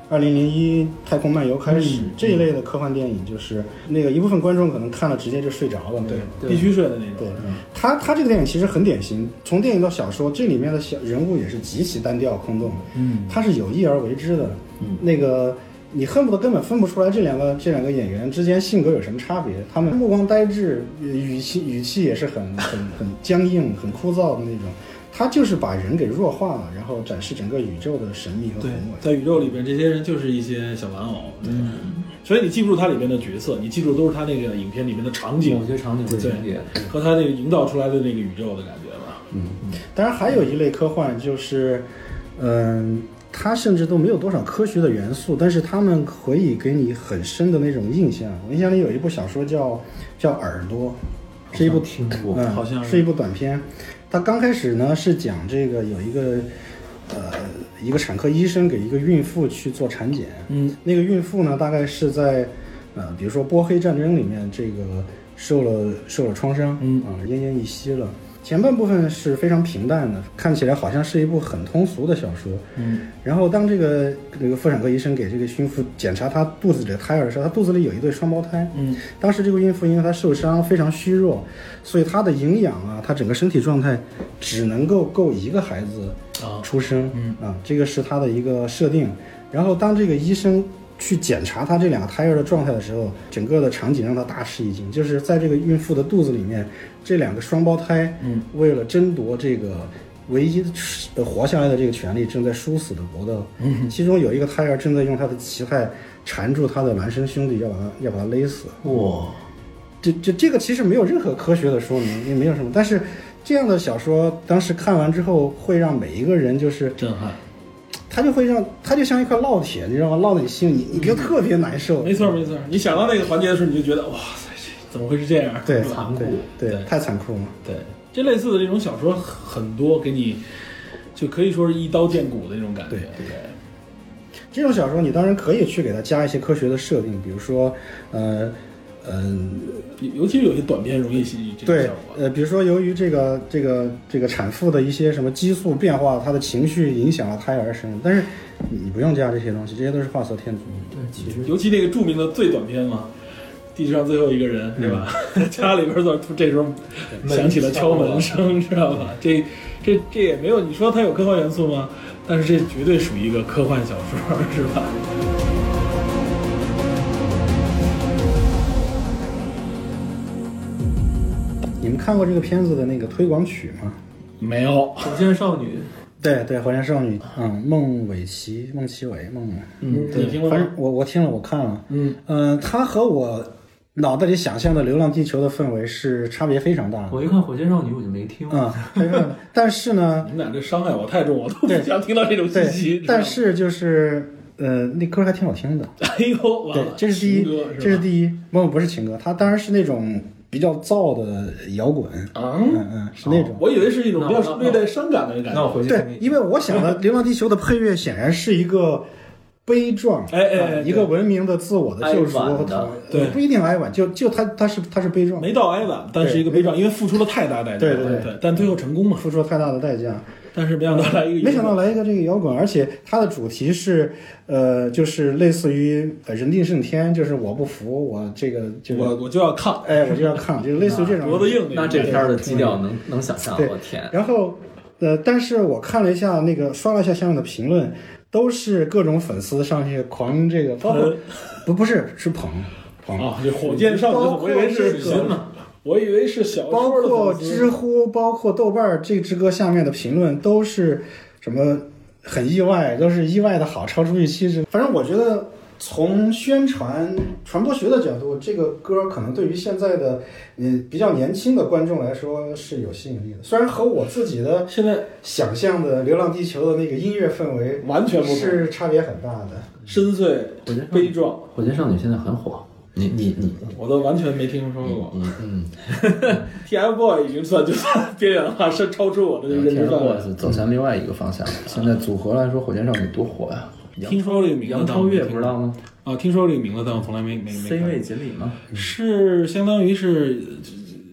二零零一《太空漫游》开始，这一类的科幻电影，就是那个一部分观众可能看了直接就睡着了。那种。对必须睡的那种对。，他他这个电影其实很典型，从电影到小说，这里面的小人物也是极其单调空洞，嗯，他是有意而为之的。嗯，那个你恨不得根本分不出来这两个这两个演员之间性格有什么差别，他们目光呆滞，呃语气语气也是很很很僵硬、很枯燥的那种。他就是把人给弱化了，然后展示整个宇宙的神秘和宏对伟，。在宇宙里边，这些人就是一些小玩偶。对，所以你记不住它里边的角色，你记住都是它那个影片里面的场景某些场景会情节，和它那个营造出来的那个宇宙的感觉吧。当然，还有一类科幻就是，嗯、它甚至都没有多少科学的元素，但是他们可以给你很深的那种印象。我印象里有一部小说叫叫《耳朵》，是一部听过嗯，好像是是一部短片。它刚开始呢是讲这个有一个呃一个产科医生给一个孕妇去做产检，嗯，那个孕妇呢大概是在呃比如说波黑战争里面这个受了受了创伤，嗯啊奄奄一息了。前半部分是非常平淡的，看起来好像是一部很通俗的小说。嗯，然后当这个这个妇产科医生给这个孕妇检查她肚子里的胎儿的时候，她肚子里有一对双胞胎。嗯，当时这个孕妇因为她受伤非常虚弱，所以她的营养啊，她整个身体状态只能够够一个孩子啊出生。嗯啊，这个是她的一个设定。然后当这个医生去检查她这两个胎儿的状态的时候，整个的场景让她大吃一惊，就是在这个孕妇的肚子里面，这两个双胞胎，嗯，为了争夺这个。唯一呃活下来的这个权利正在殊死的搏斗，其中有一个胎儿正在用他的脐带缠住他的孪生兄弟，要把他要把他勒死。哇，这这这个其实没有任何科学的说明，也没有什么，但是这样的小说，当时看完之后，会让每一个人就是震撼，他就会让他就像一块烙铁，你知道吗？烙在你心里，你就特别难受。没错没错。你想到那个环节的时候，你就觉得哇塞，这怎么会是这样？ (laughs) 对，是吧对对对，太残酷了。对，这类似的这种小说很多，给你就可以说是一刀见骨的那种感觉。对这种小说，你当然可以去给它加一些科学的设定，比如说，呃，嗯、对，尤其是有些短片容易吸这种对效果。，啊呃，比如说由于这个这个这个产妇的一些什么激素变化，她的情绪影响了胎儿生育，但是你不用加这些东西，这些都是画蛇添足。对，其实尤其那个著名的最短片嘛，地球上最后一个人，对吧？(laughs) 嗯家里边儿这时候响起了敲门声，知道吧？这这这也没有，你说它有科幻元素吗？但是这绝对属于一个科幻小说，是吧？你们看过这个片子的那个推广曲吗？没有，火箭少女，对对，《火箭少女》嗯，孟伟琪、孟奇伟、孟，嗯，你对，听过反吗正？我我听了，我看了，嗯嗯，它和我脑袋里想象的《流浪地球》的氛围是差别非常大的。我一看火箭少女我就没听，嗯，非常但是呢，你们俩这伤害我太重，我都不对想听到这种信息对。，但是就是呃，那歌还挺好听的。知道吗，哎呦，完对了，，这是第一情歌，这是吧第一。不，不是情歌，它当然是那种比较燥的摇滚。啊，嗯嗯，是那种。我以为是一种比那较我略带伤感的感那我觉。回去听对，因为我想的《流浪地球》的配乐显然是一个悲壮，哎哎哎啊一个文明的自我的救赎哀和婉逃的亡对不一定哀婉，就就他他是他是悲壮，没到哀婉，但是一个悲壮，因为付出了太大代价。对对对对但最后成功嘛。付出了太大的代价。但是没想到来一个，没想到来一个这个摇滚，而且它的主题是，呃，就是类似于呃人定胜天，就是我不服，我这个这我个，我就要抗，哎，我就要抗，就是类似于这种脖子硬那这种这片感儿的基调能能想象，对我天，然后，呃，但是我看了一下那个，刷了一下相应的评论，都是各种粉丝上去狂这个，包括喷不不是是捧捧觉啊，这火箭少女，我以为是包括这个我以为是小包说的括粉丝知乎、包括豆瓣儿这支歌下面的评论都是什么很意外，都是意外的好，超出预期之。反正我觉得从宣传传播学的角度，这个歌可能对于现在的嗯比较年轻的观众来说是有吸引力的。虽然和我自己的现在想象的《流浪地球》的那个音乐氛围完全不同，是差别很大的。深邃火箭少悲女，壮，火箭少女现在很火，你你你我都完全没听说过。你嗯， (laughs) TFBOY 已经算就算边缘化，是超出我的认知天范围。我走向另外一个方向，现在组合来说，火箭少女多火呀，听说这个名字，杨但我超没越听不知道吗啊，听说这个名字，但我从来没没没？C 看过位锦鲤吗？是相当于是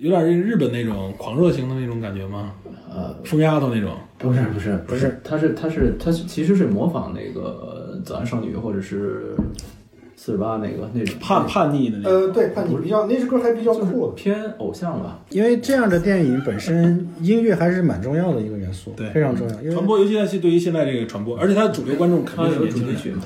有点日本那种狂热型的那种感觉吗？呃，疯丫头那种不是不是不是，他是他是他是其实是模仿那个呃《早安少女》或者是四十八那个那种叛叛逆的那种。呃，对，看你比较那支歌还比较酷的，偏偶像吧。因为这样的电影本身音乐还是蛮重要的一个元素，对非常重要。因为传播，尤其在对于现在这个传播，而且它的主流观众肯它定是有年主轻题曲人，嘛？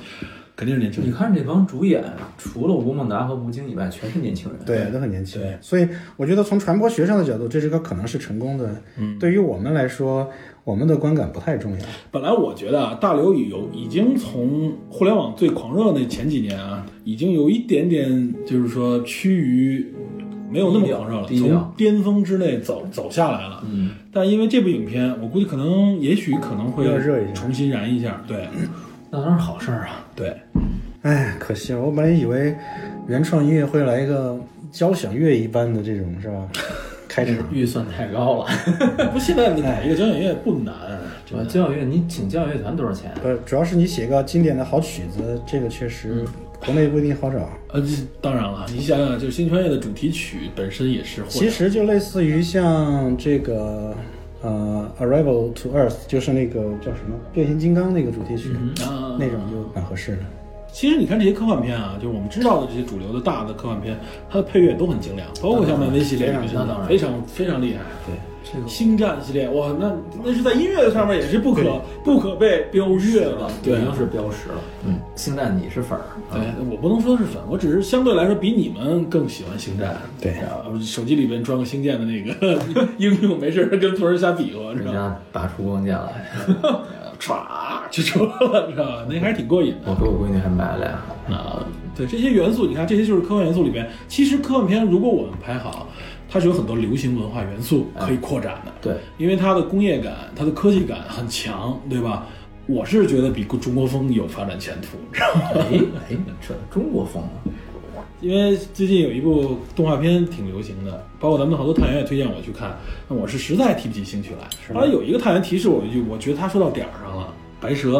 肯定是年轻你人。看这帮主演，除了吴孟达和吴京以外，全是年轻人。对，都很年轻对。所以我觉得从传播学上的角度，这支歌可能是成功的。嗯，对于我们来说，我们的观感不太重要。本来我觉得啊，大刘有已经从互联网最狂热那前几年啊，已经有一点点就是说趋于没有那么狂热了，低调低调从巅峰之内走走下来了。嗯，但因为这部影片，我估计可能也许可能会要热一下重新燃一下。对那当然是好事儿啊。对，哎，可惜了，我本来以为原创音乐会来一个交响乐一般的这种，(laughs) 是吧？开场。预算太高了。 (laughs) 不，现在你打一个交响乐不难，主要交响乐，你请交响乐团多少钱？不呃是，主要是你写个经典的好曲子，这个确实国内不一定好找。呃，这当然了，你想想，就是新穿越的主题曲本身也是获奖，其实就类似于像这个呃《Arrival to Earth》，就是那个叫什么《变形金刚》那个主题曲，啊，那种就蛮合适的。其实你看这些科幻片啊，就是我们知道的这些主流的大的科幻片，它的配乐都很精良，包括像漫威系列里面那当的，然非常非常厉害。对，这个星战系列，哇，那那是在音乐上面也是不可不可被标越的。对已，经是标识了。嗯，星战你是粉儿，对我不能说是粉，我只是相对来说比你们更喜欢星战。对啊，手机里边装个星舰的那个 (laughs) 应用，没事儿跟同人瞎比划，知人道 (laughs) 吧？家拔出光剑来， (laughs) 歘就出来了，知道吧？那还是挺过瘾的。我给我闺女还买了呀。啊，对这些元素，你看这些就是科幻元素里边。其实科幻片如果我们排好，它是有很多流行文化元素可以扩展的，对，因为它的工业感、它的科技感很强，对吧？我是觉得比中国风有发展前途， (laughs) 知道吗？哎哎，这中国风啊，因为最近有一部动画片挺流行的，包括咱们好多探员也推荐我去看，那我是实在提不起兴趣来。后来有一个探员提示我一句，我觉得他说到点儿上了，《白蛇》。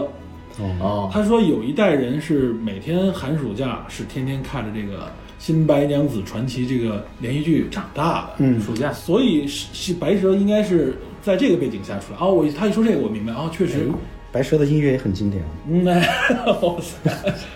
哦，他说有一代人是每天寒暑假是天天看着这个《新白娘子传奇》这个连续剧长大的，嗯暑假所以是是白蛇应该是在这个背景下出来。哦，我他一说这个我明白，哦，确实，白蛇的音乐也很经典啊。嗯，哎， (laughs) 哇塞，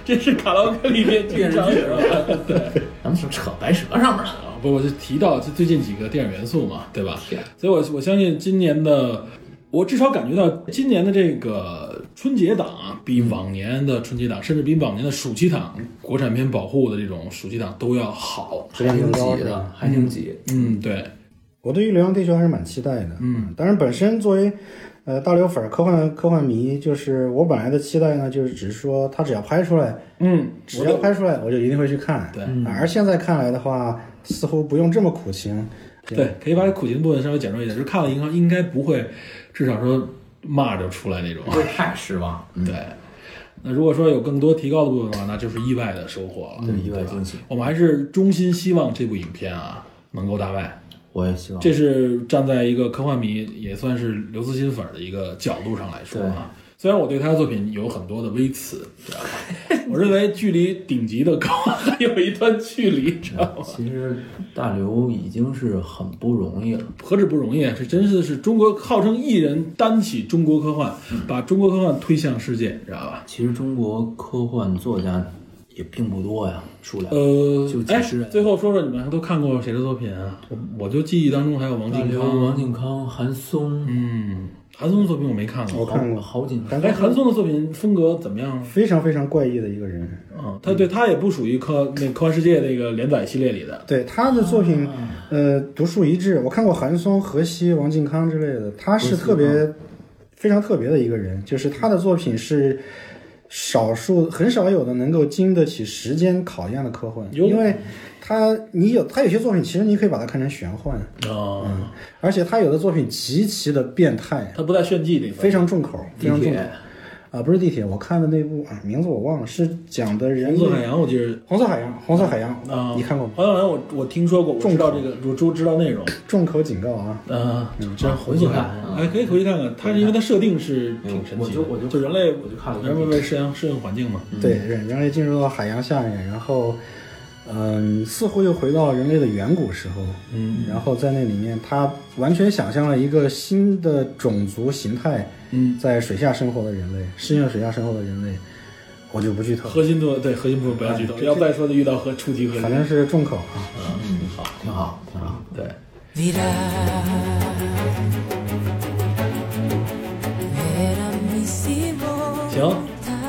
这是卡拉 OK 里面经常有的，对。咱们是扯白蛇上面了，啊，不，我就提到就最近几个电影元素嘛，对吧是？所以我我相信今年的，我至少感觉到今年的这个春节档啊，比往年的春节档，甚至比往年的暑期档，国产片保护的这种暑期档都要好。质量更高挺挤是的吧，还挺挤。嗯，对，我对于《流浪地球》还是蛮期待的。嗯，当然本身作为呃大刘粉儿、科幻科幻迷，就是我本来的期待呢，就是只是说他只要拍出来，嗯，只要拍出来，我就一定会去看。对啊而现在看来的话，似乎不用这么苦情。对，可以把苦情部分稍微减弱一点，就是看了应该应该不会，至少说骂着出来那种。啊不会太失望，对。那如果说有更多提高的部分的话，那就是意外的收获了。嗯对意外吧惊喜。我们还是衷心希望这部影片啊能够大卖。我也希望。这是站在一个科幻迷，也算是刘慈欣粉儿的一个角度上来说啊。虽然我对他的作品有很多的微词，知道吧我认为距离顶级的科幻还有一段距离，知道吗？啊其实大刘已经是很不容易了，何止不容易啊！这真是是中国号称一人担起中国科幻，嗯把中国科幻推向世界，知道吧？其实中国科幻作家也并不多呀，数量。呃就，几哎十人，最后说说你们都看过谁的作品啊？我就记忆当中还有王大靖刘、康，王靖康、韩松，嗯，韩松的作品我没看哦过。我看过，郝景感觉哎，韩松的作品风格怎么样啊？非常非常怪异的一个人。嗯，他对他也不属于科那科幻世界那个连载系列里的。对他的作品，呃，独树一帜。我看过韩松、荷西、王靖康之类的，他是特别非常特别的一个人，就是他的作品是少数很少有的能够经得起时间考验的科幻，哟因为他你有他有些作品，其实你可以把它看成玄幻，嗯嗯哦，而且他有的作品极其的变态，他不在炫技这一非方。常重口，非地常重口。铁，啊，不是地铁，我看的那部啊，名字我忘了，是讲的人红色海洋，我记得红色海洋，红色海洋，啊，你看过吗？红色海洋我我听说过，我知道这个，我知知道内容。重口警告啊！嗯啊，真回去看啊哎，可以回去看看。它是因为它设定是嗯挺神奇的，我就我就人类，我就看了一人们为适应适应环境嘛。对，人人类进入到海洋下面，然后，嗯，似乎又回到人类的远古时候，嗯然后在那里面，他完全想象了一个新的种族形态，嗯，在水下生活的人类，适应水下生活的人类，我就不剧透，核心部对核心部分不要剧透，要再说就遇到核触及核反心。正是重口啊。嗯，好，挺好，挺好。对，行，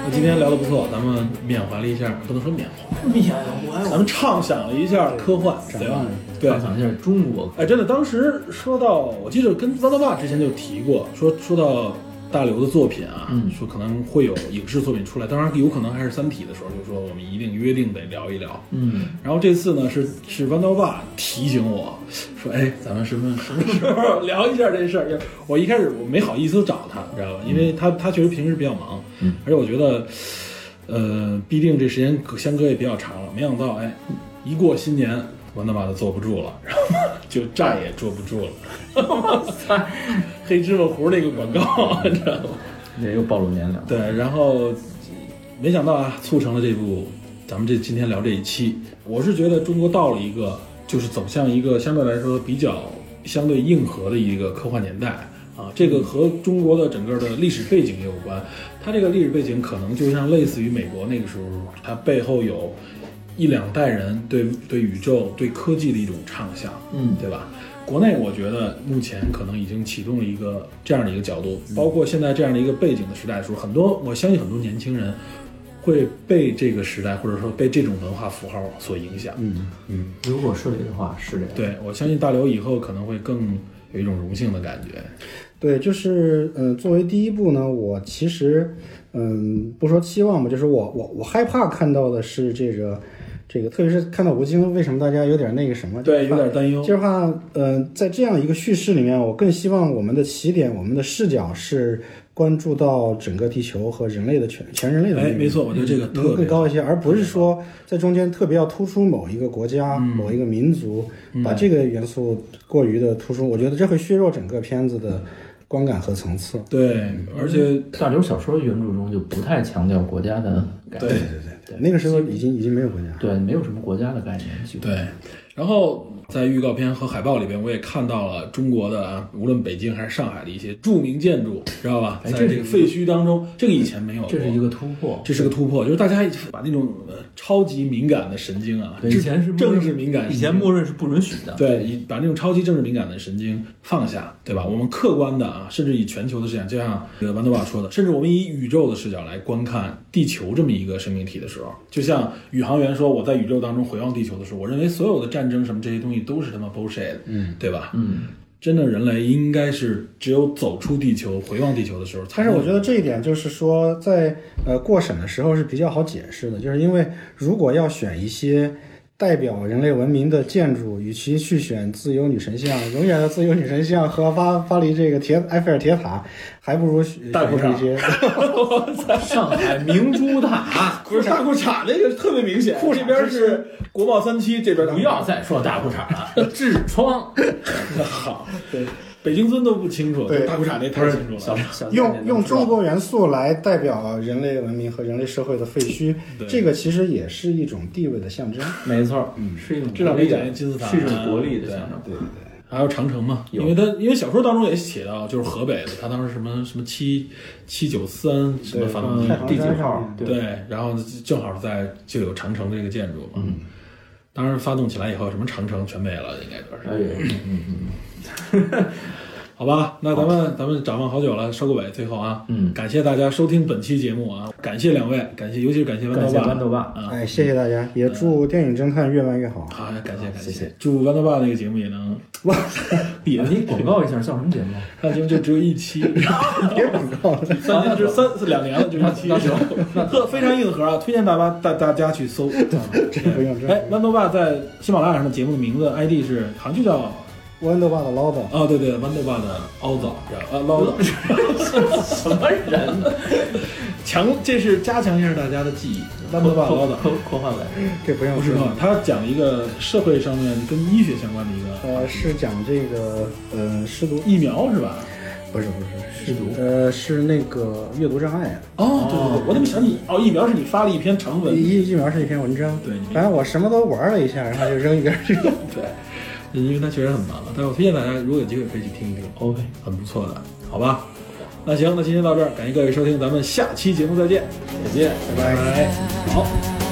那今天聊的不错，咱们缅怀了一下，不能说缅怀，咱们畅想了一下科幻，对吧？对，畅想一下中国，哎，真的，当时说到，我记得跟汪大爸之前就提过，说说到大刘的作品啊，嗯说可能会有影视作品出来，当然有可能还是《三体》的时候，就说我们一定约定得聊一聊。嗯，然后这次呢，是是豌豆爸提醒我说：“哎，咱们什么什么时候聊一下这事儿？”就我一开始我没好意思找他，你知道吧？因为他他确实平时比较忙，嗯而且我觉得，呃，毕竟这时间隔相隔也比较长了，没想到哎，一过新年，豌豆爸就坐不住了，然后 (laughs) 就再也坐不住了。 (laughs) 哇塞，黑芝麻糊那个广告，你知道吗？那又暴露年龄。对，然后没想到啊，促成了这部咱们这今天聊这一期。我是觉得中国到了一个就是走向一个相对来说比较相对硬核的一个科幻年代啊，这个和中国的整个的历史背景也有关。它这个历史背景可能就像类似于美国那个时候，它背后有一两代人对对宇宙、对科技的一种畅想。嗯，对吧？国内我觉得目前可能已经启动了一个这样的一个角度，包括现在这样的一个背景的时代的时候，很多我相信很多年轻人会被这个时代或者说被这种文化符号所影响。嗯，嗯，如果是这个话，是这样。对我相信大刘以后可能会更有一种荣幸的感觉。对，就是嗯、呃作为第一部呢，我其实嗯，不说期望吧，就是我我我害怕看到的是这个这个，特别是看到吴京，为什么大家有点那个什么？对，有点担忧。就是话，呃，在这样一个叙事里面，我更希望我们的起点，我们的视角是关注到整个地球和人类的全全人类的那哎，个没错，我觉得这个能特更别嗯高一些，而不是说在中间特别要突出某一个国家、某一个民族，把这个元素过于的突出，我觉得这会削弱整个片子的观感和层次。对，而且大刘小说原著中就不太强调国家的概念，对对，那个时候已经已经没有国家。对，没有什么国家的概念，几乎对，然后在预告片和海报里边，我也看到了中国的啊，无论北京还是上海的一些著名建筑，知道吧？哎在这这是个废墟当中，这个以前没有过，这是一个突破。这是个突破，就是大家把那种呃超级敏感的神经啊，对，这以前是默政认治敏感神经，以前默认是不允许的。对，以把那种超级政治敏感的神经放下，对吧？我们客观的啊，甚至以全球的视角，就像这个豌豆爸说的，甚至我们以宇宙的视角来观看地球这么一个生命体的时候，就像宇航员说，我在宇宙当中回望地球的时候，我认为所有的战争什么这些东西都是他妈 bullshit，嗯，对吧？嗯，真的人类应该是只有走出地球，回望地球的时候，但是我觉得这一点就是说，在呃过审的时候是比较好解释的，就是因为如果要选一些代表人类文明的建筑，与其去选自由女神像、永远的自由女神像和巴巴黎这个铁埃菲尔铁塔，还不如选大裤衩一些上海明珠塔，不是大裤衩那个特别明显，这边是国贸三期，这边不要再说大裤衩 (laughs) 了，痔疮。好，对，北京尊都不清楚，对就大裤衩那太清楚了。小小用用中国元素来代表人类文明和人类社会的废墟对，这个其实也是一种地位的象征。没错，嗯，是一种至少国力理解的金字塔啊是一种国力的对象征。对对对。还有长城嘛，因为他因为小说当中也写到，就是河北的，他当时什么什么七七九三什么反嗯恐太地行嗯，第山九上号面，对，对，然后正好在就有长城这个建筑嘛。当时发动起来以后，什么长城全没了，应该说是。哎，好吧，那咱们咱们展望好久了，收个尾，最后啊，嗯感谢大家收听本期节目啊，感谢两位，感谢，尤其是感谢豌感豆谢爸豌豆爸，啊，哎，谢谢大家，也祝电影侦探越办越好。好，感谢感谢谢，祝豌豆爸那个节目也能哇，也能哎你广告一下叫什么节目？他节目就只有一 (laughs) 期，别广告了，三年之三四两年了，就一期，那行特非常硬核啊！推荐大家大大家去搜。真不用，真哎，豌豆爸在喜马拉雅上的节目的名字 ID 是好像就叫豌豆爸的唠叨。哦，对对，豌豆爸的凹枣，啊唠叨，什么人？强，这是加强一下大家的记忆。豌豆爸的唠括叨括括号来，这不用不是说啊，他讲一个社会上面跟医学相关的一个呃，是讲这个呃失读，疫苗是吧？不是不是失读呃是那个阅读障碍。哦，对对对，我怎么想起哦，疫苗是你发了一篇长文，疫疫苗是一篇文章，对你反正我什么都玩了一下，然后就扔一边去。对，因为它确实很忙了，但是我推荐大家如果有机会可以去听一听，OK，很不错的，好吧？那行，那今天到这儿，感谢各位收听，咱们下期节目再见，再见，拜拜拜拜好。 I